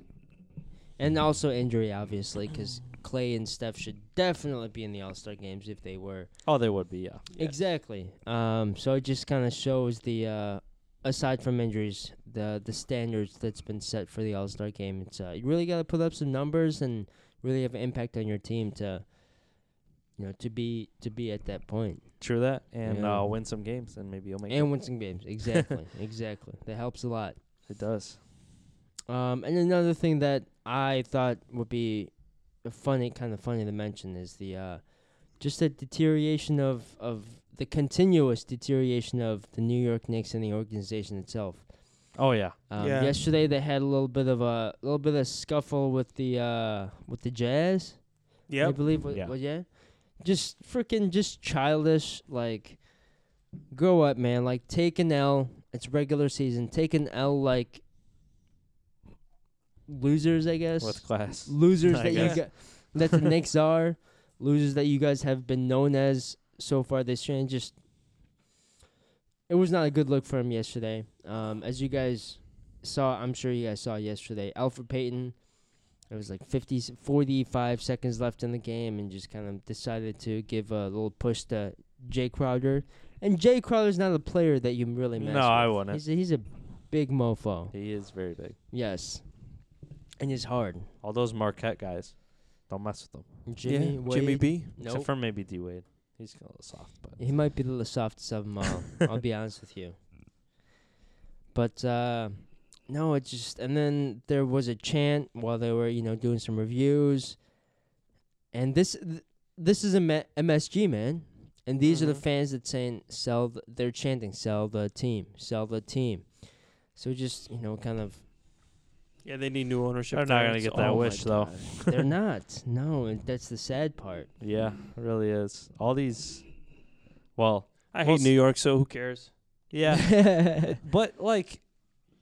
And also injury, obviously, because Clay and Steph should definitely be in the All Star games if they were. Oh, they would be. Yeah. Exactly. Um, so it just kind of shows the, uh, aside from injuries, the the standards that's been set for the All Star game. It's uh, you really got to put up some numbers and really have an impact on your team to, you know, to be to be at that point True that, and Yeah. uh, win some games, and maybe you'll make and win some games. Exactly. [LAUGHS] exactly. That helps a lot. it. It does. Um, and another thing that I thought would be a funny, kind of funny to mention is the uh, just the deterioration of of the continuous deterioration of the New York Knicks and the organization itself. Oh yeah. Um, Yeah. Yesterday they had a little bit of a little bit of scuffle with the uh, with the Jazz. I Yep. believe. What, Yeah. yeah. just freaking just childish. Like, grow up, man. Like, take an L. It's regular season. Take an L, like losers, I guess. with class. losers I that guess. you got, that the Knicks [LAUGHS] are, losers that you guys have been known as so far this year, and just it was not a good look for him yesterday. Um, as you guys saw, I'm sure you guys saw yesterday, Alfred Payton. It was like 50, 45 seconds left in the game, and just kind of decided to give a little push to Jay Crowder. And Jay Crowder's not a player that you really mess No, I with. wouldn't. He's a, he's a big mofo. He is very big. Yes, and he's hard. All those Marquette guys, don't mess with them. Jimmy, yeah. Jimmy Wade, B. Except for maybe D Wade. He's kind of soft, but He might be the softest of [LAUGHS] them all. uh, I'll be honest with you. But uh, no, it just and then there was a chant while they were you know doing some reviews, and this th- this is a M- MSG man, and these are the Mm-hmm. Mhm. fans that saying sell th- they're chanting sell the team sell the team, so just you know kind of oh Yeah, they need new ownership. Oh They're not there. gonna It's get that all- my wish, though. [LAUGHS] God. they're not no and that's the sad part yeah, it really is. All these, well, I Well, hate New York, so who cares? yeah, but like,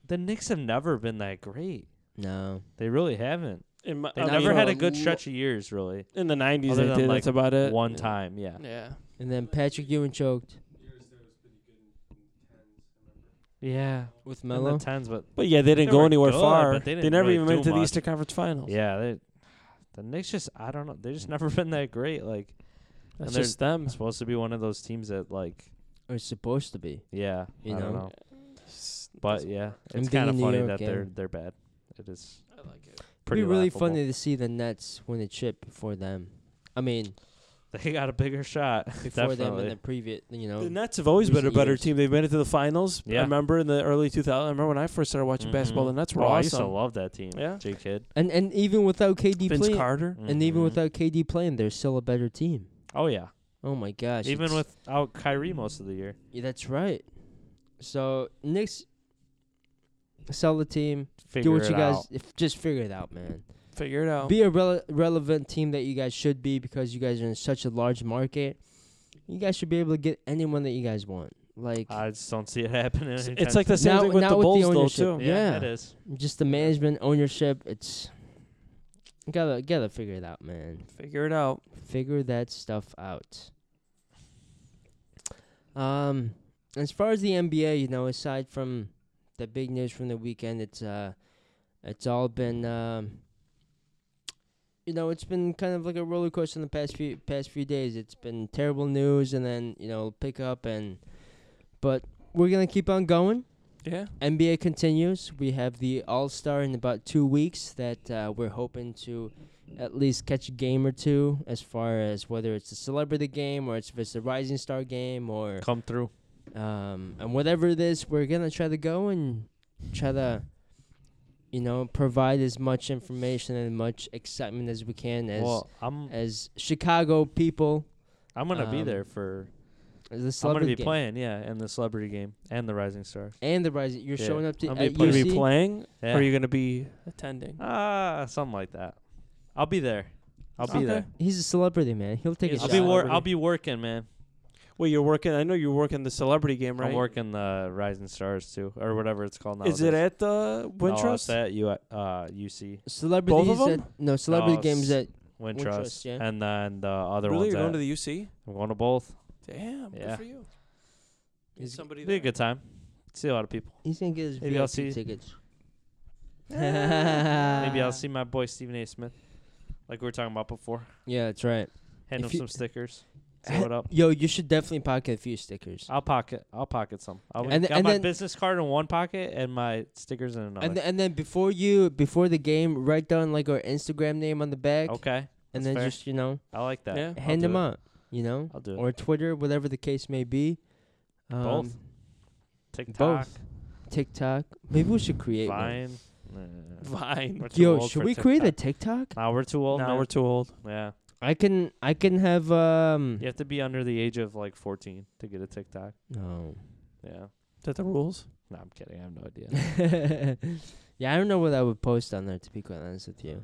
the Knicks have never been that great. [LAUGHS] no They really haven't. In my, They I Not never for mean, had a a good lo- stretch of years, really. in the '90s. Other They than, did. like, That's about it. One time, yeah. Yeah. and then Patrick Ewing choked Yeah. with In the Melo tens, but But yeah, they didn't They go were anywhere good, far. but they They, didn't never really even made it do to the much. Eastern Conference Finals. yeah, they, the Knicks just I don't know. They've just never [LAUGHS] been that great. Like that's and they're just them. supposed to be one of those teams that like are supposed to be. yeah, You I don't know? know. But yeah, I'm it's kind of digging New funny York, that yeah. they're they're bad. It is I like it. pretty It'd be really laughable. funny to see the Nets win a chip before them. [LAUGHS] I mean, [LAUGHS] They got a bigger shot before them in definitely. the previous, you know. The Nets have always been a recent better years. team. They've made it to the finals. I Oh. Yeah. remember in the early 2000s. I remember when I first started watching basketball. Mhm. The Nets were Oh, I used to awesome. love that team. Yeah. J Kid. and and even without KD Vince playing, Carter. and even Mhm. without KD playing, they're still a better team. oh yeah, Oh my gosh! even it's- without Kyrie most of the year. yeah, that's right. So Knicks sell the team. Figure do what you it guys out. if, just figure it out, man. Figure it out. Be a rele- relevant team that you guys should be because you guys are in such a large market. You guys should be able to get anyone that you guys want. Like I just don't see it [LAUGHS] happening. It's- anytime it's like the soon. same Now- thing with now the with the Bulls, though, ownership, too. yeah, yeah. it is. just the management ownership it's gotta gotta figure it out man Figure it out. figure that stuff out um as far as the nba you know aside from the big news from the weekend it's uh it's all been um you know it's been kind of like a roller coaster in the past few past few days it's been terrible news and then you know pick up and but we're gonna keep on going Yeah. NBA continues. We have the All Star in about two weeks that uh, we're hoping to at least catch a game or two, as far as whether it's a celebrity game or it's if it's a Rising Star game or Come through. um, and whatever it is, we're gonna try to go and try to you know provide as much information and much excitement as we can as well, I'm as Chicago people. I'm gonna be um, there for. As I'm the gonna celebrity be game. playing, yeah, and the celebrity game and the Rising Stars. and the Rising. You're Yeah, showing up to I'll at be Are playing. UC? you going to be playing Yeah. or are you going to be attending? Ah, something like that. I'll be there. I'll be Okay. there. He's a celebrity, man. He'll take a He's I'll shot. be wor- Celebrity. I'll be working, man. Well, you're working. I know you're working the celebrity game, right? I'm working the Rising Stars too, or whatever it's called now. Is it at the No, it's Wintrust? at U- uh, UC Celebrities at them? no celebrity No, games Oh, s- at Wintrust, Wintrust, yeah. and then the other really? ones. You're going at- to the UC? I'm going to both. Damn. Yeah. Good for you. Get he's, It'll somebody be a there. good time. See a lot of people. he's gonna get his Maybe I'll see- VIP tickets. [LAUGHS] Maybe Maybe I'll see my boy Stephen A. Smith, like we were talking about before. Yeah, that's right. Hand him If you- some [LAUGHS] stickers. Say what up. Yo, you should definitely pocket a few stickers. I'll pocket. I'll pocket some. I'll And th- got and my then- business card in one pocket and my stickers in another. and th- and then before you before the game, write down like our Instagram name on the back, okay, that's and then fair. just you know I like that. Yeah. I'll hand do them it. out, you know, I'll do it. or Twitter, whatever the case may be. Um, Both. TikTok, TikTok. Maybe we should create one. Vine. Nah. Vine. We're too Yo, old should for we create a TikTok. TikTok? Nah, we're too old. Now man. we're too old. yeah. I can I can have um You have to be under the age of like 14 to get a TikTok. no. Yeah. Is that the rules? No, I'm kidding. I have no [LAUGHS] idea. yeah, I don't know what I would post on there to be quite honest with you.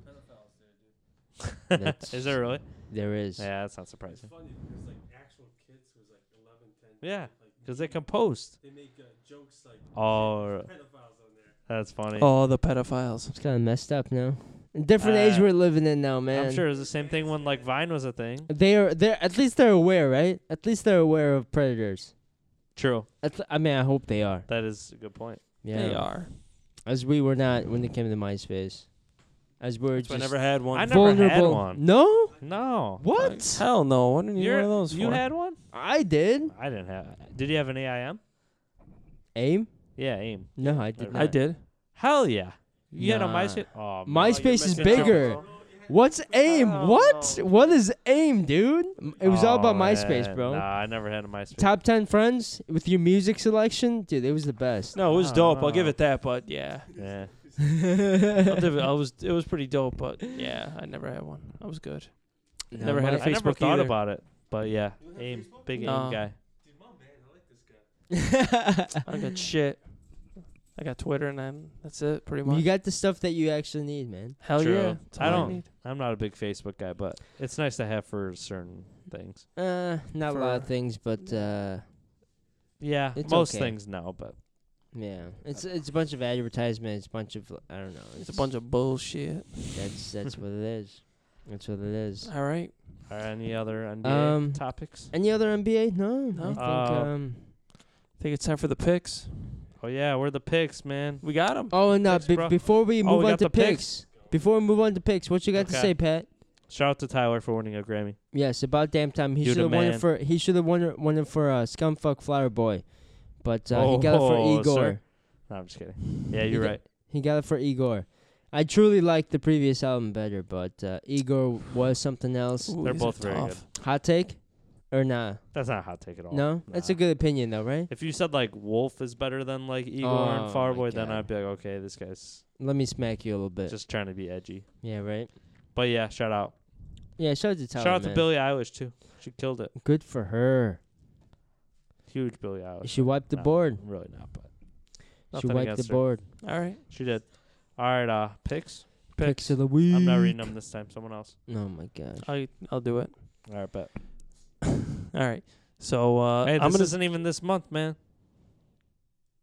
That's- Is there really? There is. Yeah, that's not surprising. funny because like actual kids was like 11, 10. Yeah, because they composed. they make uh, jokes like Oh, pedophiles on there. that's funny. Oh, the pedophiles. It's kind of messed up now. Different age Uh, we're living in now, man. I'm sure it was the same thing when like Vine was a thing. They are. They're at least they're aware, right? At least they're aware of predators. True. At, I mean, I hope they are. That is a good point. Yeah. They are. As we were not when it came to MySpace. As we we're I just never had one. I never had vulnerable. one. No. No. What? Hell no. What did you need one You're- of those you for? had one? I did. I didn't have. Did you have an AIM? Aim? Yeah, AIM. No, I did I not. I did. Hell yeah. You had a Nah. MySpace. Oh, man. MySpace is You're missing out, bigger. bro. What's aim? What? Oh. What is aim, dude? M- It was all Oh, about MySpace, man. bro. Nah, I never had a MySpace. Top ten friends with your music selection, dude. It was the best. No, it was Oh, dope. I'll give no. it that. But yeah, Yeah. I'll give it, I was. It was pretty dope. But yeah, I never had one. I was good. No, never had a my- I never Facebook thought either. about it, but yeah, aim, big No. aim guy. Dude, my man, I like this guy. I got shit. I got Twitter, and then that's it, pretty [LAUGHS] much. you got the stuff that you actually need, man. Hell True. yeah. That's all I don't. need. I'm not a big Facebook guy, but it's nice to have for certain things. Uh, not a lot of For- things, but uh, Yeah, It's most okay. things no, but yeah, it's it's a bunch of advertisements, a bunch of I don't know. It's a bunch of bullshit. That's that's what it is. That's what it is. All right. are any other NBA Um, topics? [LAUGHS] Any other NBA? No, I No. think Uh, um. I think it's time for the picks. Oh yeah, we're the picks, man. We got them. Oh, and uh, picks, be- bro. before we Oh, move we on got to the picks. picks, before we move on to picks, what you got to Okay. say, Pat? Shout out to Tyler for winning a Grammy. Yes, about damn time. He You're should the have won it man. for he should have won it, won it for uh, Scumfuck Flower Boy, but uh, he got it for Oh, [LAUGHS] Igor. sir. No, I'm just kidding. Yeah, you're got- right. He got it for Igor. I truly liked the previous album better, but uh, Igor was something else. Ooh, They're these are both very tough. good. Hot take, or nah? That's not a hot take at all. No, that's Oh, a Nah. good opinion though, right? If you said like Wolf is better than like Igor Oh, and Farboy, my then God. I'd be like, okay, this guy's Let me smack you a little bit. just trying to be edgy. yeah, right. But yeah, shout out. Yeah, shout out to Tyler. shout out man. to Billie Eilish too. She killed it. Good for her. Huge Billie Eilish. She wiped the Oh, Nah, board. Really not, but she nothing wiped the against her. board. All right. She did. All right, uh, picks. Picks. of the week. I'm not reading them this time. Someone else. Oh my gosh. I I'll do it. All [LAUGHS] right, bet. All right. So uh, Hey, this I'm gonna isn't even this month, man.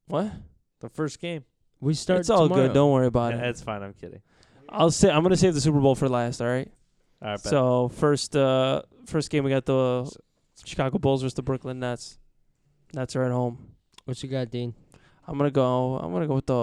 what? The first game. We start. It's all tomorrow. good. Don't worry about Yeah, it. it's fine. I'm kidding. I'll say I'm gonna save the Super Bowl for last. All right. All right, bet. [LAUGHS] So first uh first game we got the Chicago Bulls versus the Brooklyn Nets. Nets are at home. What you got, [LAUGHS] Dean? I'm gonna go. I'm gonna go with the.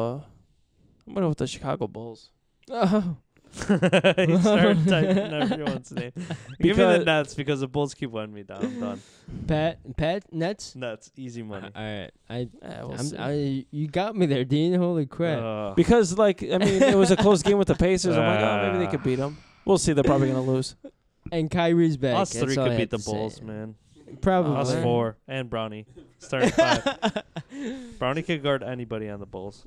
I'm gonna go with the Chicago Bulls. Oh. he [LAUGHS] started typing everyone's name. Give me the Because- nuts because the Bulls keep winning me down. I'm done. Pat, Pat, Nets. Nuts, easy money. All right, I, Yeah, Eh, we'll I'm, see. I, you got me there, Dean. Holy crap! Ugh. because like I mean, it was a close game with the Pacers. I'm like, oh, maybe they could beat them. We'll see. They're probably gonna lose. and Kyrie's back. us That's three all I could had beat the to say. Bulls, man. Probably. Us Alright. four and Brownie. Start five. [LAUGHS] Brownie could guard anybody on the Bulls.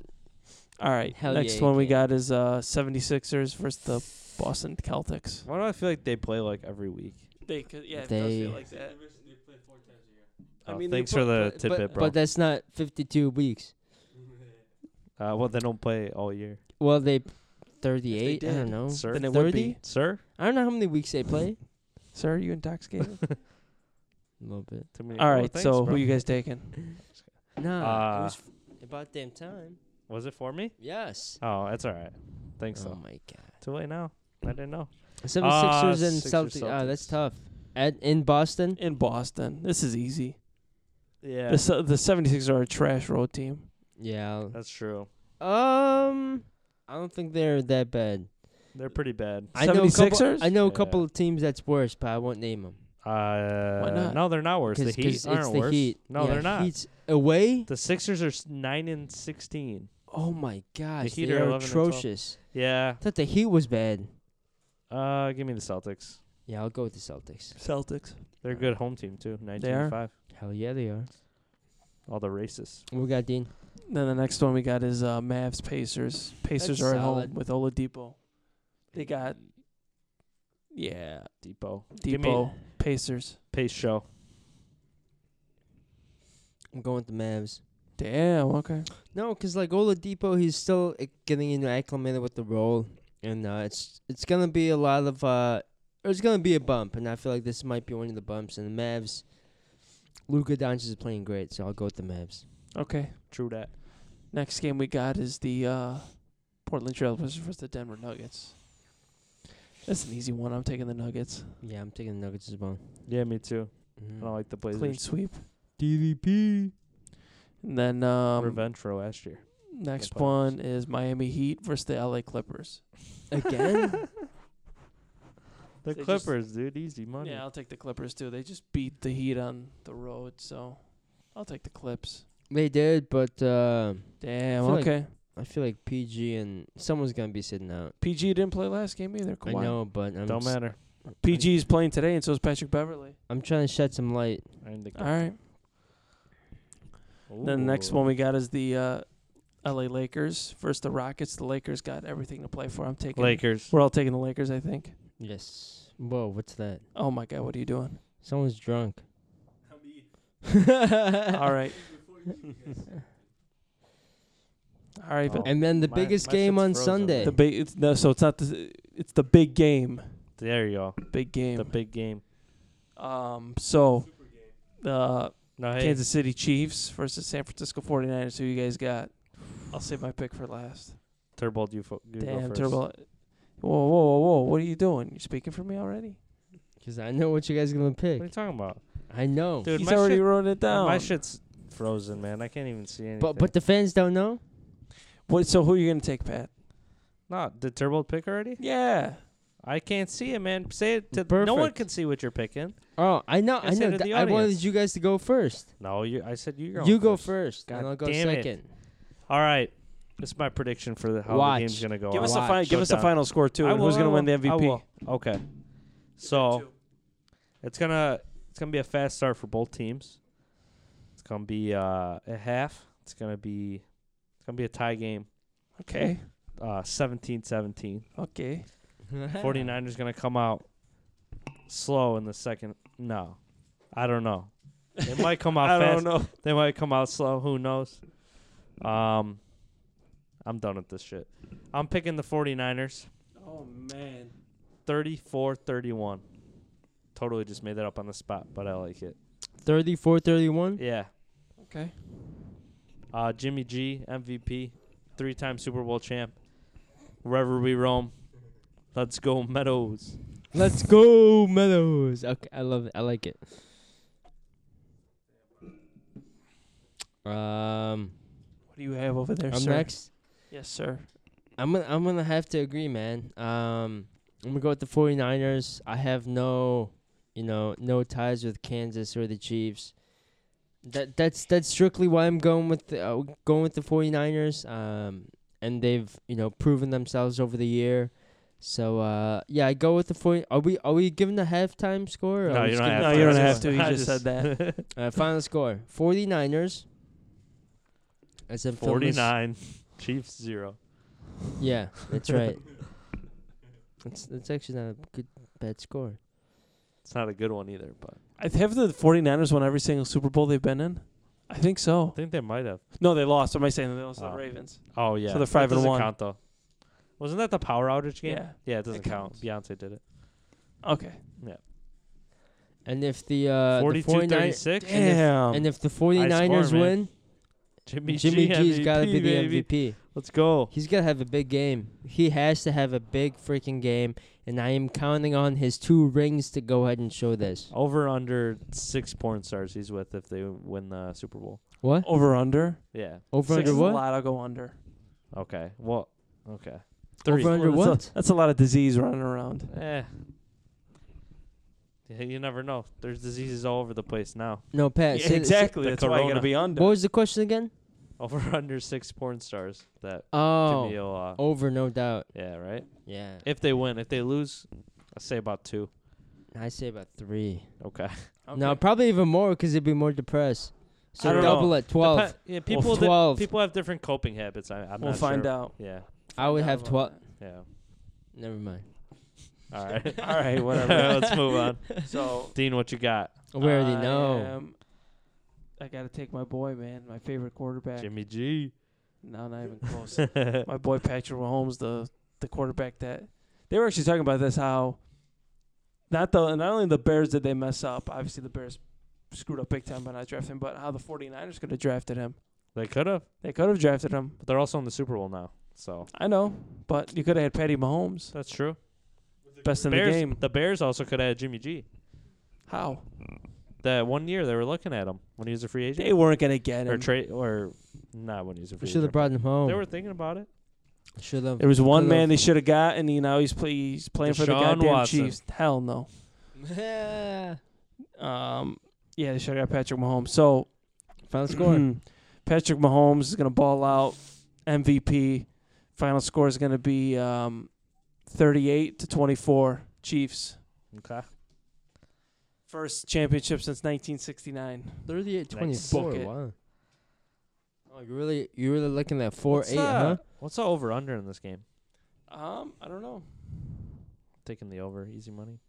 All right. Hell yeah, next you one we can. got is uh 76ers versus the Boston Celtics. Why do I feel like they play like every week? They could, yeah, it does feel They- like that. I mean, Uh, thanks for the but, tidbit, but, bro. but that's not 52 weeks. uh, well, they don't play all year, Well, they 38. I did, don't know. sir. Then it 30? would be, Sir, I don't know how many weeks they play. sir. Are [LAUGHS] you intoxicated? A little bit. Too many- All well, right. thanks, so bro. who you guys taking? Nah, it Uh, was f- about damn time. was it for me? Yes. Oh, that's all right. Thanks. oh though. my god. Too late now. I didn't know. 76ers and Sixers, Celtics. Ah, Celtics. that's tough. At in Boston. In Boston. This is easy. Yeah, The The the 76ers are a trash road team. Yeah. that's true. Um, I don't think they're that bad. They're pretty bad. I know a couple, 76ers? I know a Yeah. couple of teams that's worse, but I won't name them. Uh, not? No, they're not worse. The Heat it's aren't the worse. Heat. No, Yeah, they're not. Heat's away. The Sixers are s- nine and sixteen. Oh my gosh, Heat they are are 11 and 12. atrocious. Yeah. I thought the Heat was bad. Uh, give me the Celtics. Yeah, I'll go with the Celtics. Celtics. They're a good home team too. Nineteen are? and five. Hell yeah, they are. All the racists. What We got Dean. Then the next one we got is uh, Mavs Pacers. Pacers That's are at solid. home with Oladipo. They got yeah Depot. Give me- Depot Pacers. Pace show. I'm going with the Mavs. Damn. Okay. eh, No, because like Oladipo, he's still uh, getting into acclimated with the role. and uh, it's it's gonna be a lot of uh, there's gonna be a bump, and I feel like this might be one of the bumps. And the Mavs, Luka Doncic is playing great, so I'll go with the Mavs. Okay. True that. Next game we got is the uh, Portland Trail Blazers versus the Denver Nuggets. That's an easy one. I'm taking the Nuggets. Yeah, I'm taking the Nuggets as well. Yeah, me too. I Mhm. don't like the Blazers. Clean sweep. DVP. And then um, Revenge for last year. next playoffs. one is Miami Heat versus the LA Clippers. [LAUGHS] Again? The They just- Clippers, dude, easy money. Yeah, I'll take the Clippers too. They just beat the Heat on the road, so I'll take the Clips. they did, but uh, Damn. feel like- Okay. I feel like PG and someone's going to be sitting out. PG didn't play last game either. Kawhi. I know, but I'm, Don't s- matter. PG's playing today, and so is Patrick Beverly. I'm trying to shed some light. I didn't think All right. Then the next Ooh. one we got is the uh, L.A. Lakers versus the Rockets. The Lakers got everything to play for. I'm taking. Lakers. We're all taking the Lakers, I think. Yes. Whoa, what's that? Oh my God, what are you [LAUGHS] doing? [LAUGHS] Someone's drunk. all right. all right, but Oh. [LAUGHS] And then the My- biggest my game shit's on frozen. Sunday. the big. It's, no, so it's not the. It's the big game. There you go. Big game. The big game. um. So. Uh, No, hey, Kansas City Chiefs versus San Francisco 49ers. Who you guys got? I'll save my pick for last. Turbo, you, fo- you go Damn, first. Turbo. Whoa, whoa, whoa, whoa. What are you doing? You speaking for me already? Because I know what you guys are going to What are you pick. talking about? I know. Dude, He's my already shit- wrote it down. My shit's frozen, man. I can't even see anything. But but the fans don't know? What, so who are you going to take, Pat? not did Turbo pick already? Yeah. I can't see it, man. Say it to no one Perfect. can see what you're picking. Oh, I know. I It's know. into th- the I wanted audience. you guys to go first. No, you. I said you go. you go first, God and I'll go damn it. second. All right. This is my prediction for the, how Watch. the game's gonna go. Give out. us, Oh, a, Watch. fi- give us a Showdown. final score, too. I and will, who's I going to win the will, I MVP? will. Okay. So it's gonna it's gonna be a fast start for both teams. It's gonna be uh, a half. It's gonna be it's gonna be a tie game. Okay. Uh, 17-17. Okay. [LAUGHS] 49ers gonna come out slow in the second. No, I don't know. They might come out I fast. don't [LAUGHS] know. They might come out slow. Who knows? Um, I'm done with this shit. I'm picking the 49ers. Oh, man. 34-31. Totally just made that up on the spot, but I like it. 34 Mm-hmm. 31? Yeah. Okay. Uh, Jimmy G, MVP, three-time Super Bowl champ. Wherever we roam, let's go Meadows. Let's go, Meadows. Okay, I love it. I like it. Um, What do you have over there, I'm sir? next. Yes, sir. I'm gonna, I'm gonna have to agree, man. Um, I'm gonna go with the 49ers. I have no, you know, no ties with Kansas or the Chiefs. That that's that's strictly why I'm going with the, uh, going with the 49ers. Um, and they've you know proven themselves over the year. So uh, yeah, I go with the 40. Are we are we giving the halftime score? or No, are we you just don't have giving No, the to. you don't final have score? to. [LAUGHS] You I just said just- that. Uh, final score 49ers. I said Phil Lis- 49, Chiefs zero. Yeah, that's [LAUGHS] right. that's that's actually not a good bad score. It's not a good one either, but I have the 49ers won every single Super Bowl they've been in. I think I so. think they might have. No, they lost. What am I saying? They lost to Oh. the Ravens. Oh yeah. they're That five and doesn't one. Count though. Wasn't that the power outage game? Yeah. it doesn't count. counts. Beyonce did it. Okay. And if the uh the 42 49 36. Damn. and if the 49ers man. win, Jimmy, Jimmy G E G's got to be the baby. MVP. Let's go. He's got to have a big game. He has to have a big freaking game and I am counting on his two rings to go ahead and show this. Over under six porn stars he's with if they win the Super Bowl. What? Over under. Yeah. Over Six under is what? a lot. I'll go under. Okay. Well. Okay. Over Three. under Well, what? That's a, that's a lot of disease running around. Eh. Yeah, you never know. There's diseases all over the place now. [LAUGHS] No, Pat. Yeah, say- say- exactly. the that's why you gotta corona. be under. What was the question again? Over under six porn stars that Oh, Jimmy will. Uh, over no doubt. Yeah. Right. Yeah. If they win, if they lose, I say about two. I say about 3. Okay. No, Okay. probably even more because it'd be more depressed. So I don't double know. at 12. Depen- yeah, people that- 12. people have different coping habits. I, I'm we'll not find sure. out. [LAUGHS] Yeah. I would Find out have about 12. Yeah. Never mind. All [LAUGHS] right. All right, whatever. [LAUGHS] Let's move on. that. So Dean, what you got? We already I know. am- I gotta take my boy, man. My favorite quarterback. Jimmy G. [LAUGHS] No, not even close. my boy Patrick Mahomes, the the quarterback that they were actually talking about this how not the not only the Bears did they mess up, obviously the Bears screwed up big time by not drafting him, but how the 49ers could have drafted him. They could have, They could have drafted him. but they're also in the Super Bowl now. So I know, but you could have had Patty Mahomes, that's true. best in Bears, the game. Bears also could have had Jimmy G. How? That one year they were looking at him when he was a free agent They weren't going to get or him. trade or not when he was a free We should have agent. brought him home. They were thinking about it. should have. There was one Could've. man they should have got, and he, now he's, play, he's playing for the Deshaun goddamn Watson. Chiefs. Hell no. [LAUGHS] Um, yeah, they should have got Patrick Mahomes. So Final Mm. score. Mm-hmm. Patrick Mahomes is going to ball out. MVP. Final score is going to be um, 38 to 24. Chiefs. Okay. First championship since 1969. 38 Nice. 24. Book it. Wow. Oh, you really, you really looking at four What's eight, that? huh? What's the over under in this game? Um, I don't know. Taking the over, easy money.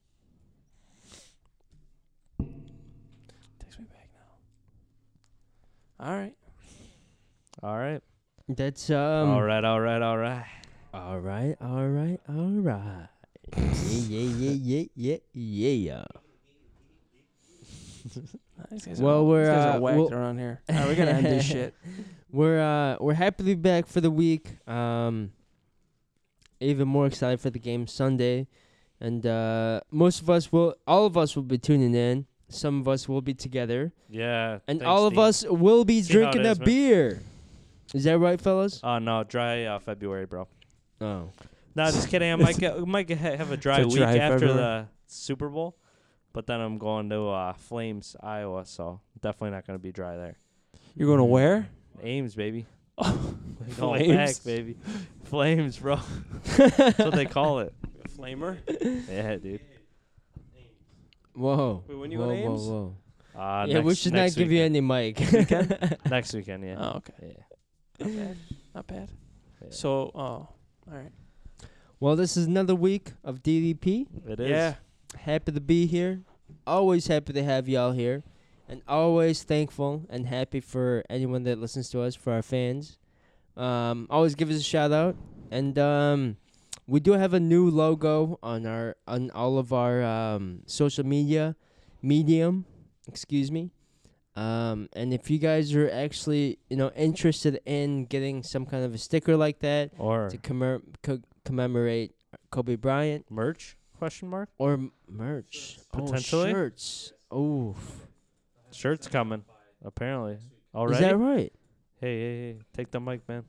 Takes me back now. All right. All right. That's um. all right. All right. All right. All right, all right, all right. [LAUGHS] yeah, yeah, yeah, yeah, yeah, yeah. These guys Well, are, we're, these guys uh, are whacked we'll- around here. All right, we gotta end this shit. we're uh we're happily back for the week. Um, even more excited for the game Sunday, and uh, most of us will, all of us will be tuning in. Some of us will be together, Yeah. and thanks, all of Steve. us will be See how it drinking a is, man. beer. Is that right, fellas? Oh no, dry uh, February, bro. Oh, No, just kidding. I might get, might get, have a dry a week dry after February. the Super Bowl, but then I'm going to uh, Flames, Iowa, so definitely not going to be dry there. You're going to where? Ames, [LAUGHS] baby. Going Flames? back, baby. Flames, bro. That's what they call [LAUGHS] it. Flamer. Yeah, dude. whoa! Wait, when you whoa, go to whoa, Ames? whoa. Uh, yeah, next, we should not next give you weekend. any mic. [LAUGHS] you next weekend. Yeah. Oh, okay. Yeah. Not bad. Not bad. Yeah. So, oh, all right. well, this is another week of DDP. It is. Yeah. happy to be here. Always happy to have y'all here. And always thankful and happy for anyone that listens to us, for our fans. Um, always give us a shout out. And um, we do have a new logo on our on all of our um, social media medium, excuse me. Um, and if you guys are actually, you know, interested in getting some kind of a sticker like that Or to commem- co- commemorate Kobe Bryant, merch? Question mark. or m- merch Potentially? Oh, shirts. Oh, Shirt's coming. Apparently. Already. is that right? Hey, hey, hey! Take the mic, man.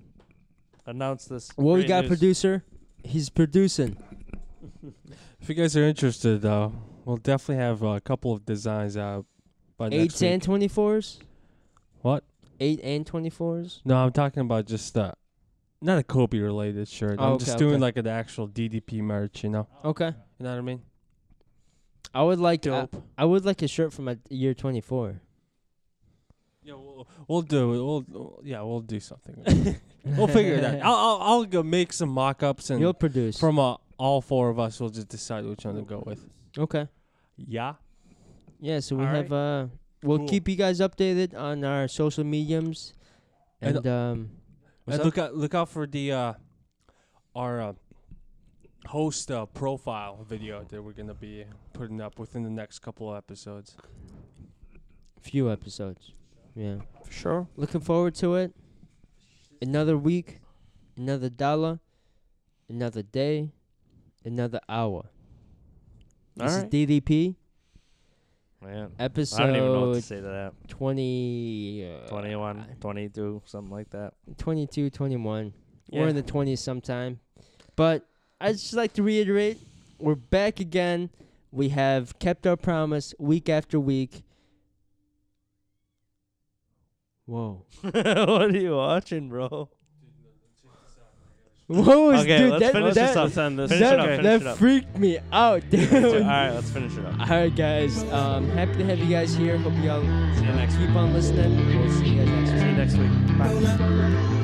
Announce this. Well, we Great got news. producer. He's producing. If you guys are interested, though, we'll definitely have a couple of designs out by next Eights week. and twenty fours. What? Eight and twenty fours. No, I'm talking about just uh, not a Kobe related shirt. Oh, I'm just okay, doing okay. like an actual DDP merch. You know, Okay. you know what I mean? I would like Dope. I, I would like a shirt from a year twenty four. Yeah, we'll, we'll do it. We'll, we'll yeah, we'll do something. we'll figure [LAUGHS] it out. I'll, I'll I'll go make some mock-ups and You'll produce. from uh, all four of us, we'll just decide which one to go with. okay. Yeah. Yeah. So we All have. Uh, we'll Cool. keep you guys updated on our social mediums, And- and, um. what's up? And Uh, look out look out for the uh our uh, host uh, profile video that we're gonna be putting up within the next couple of episodes. few episodes. Yeah. For sure. Looking forward to it. Another week, another dollar, another day, another hour. This Alright. is DDP Man, episode I don't even know what to say to 20, that. uh, 21, 22, something like that. 22, 21. Yeah. We're in the 20s sometime. But I'd just like to reiterate we're back again. We have kept our promise week after week. Whoa. [LAUGHS] what are you watching, bro? Whoa, Oh, is- Okay, dude, let's that, finish that, this up. Let's end this. Finish it up, that, finish that it up. freaked me out, [LAUGHS] dude. All right, let's finish it up. All right, guys. Um, happy to have you guys here. Hope y'all See you next. keep on listening. We'll see you guys next week. See you next week. Bye. Roll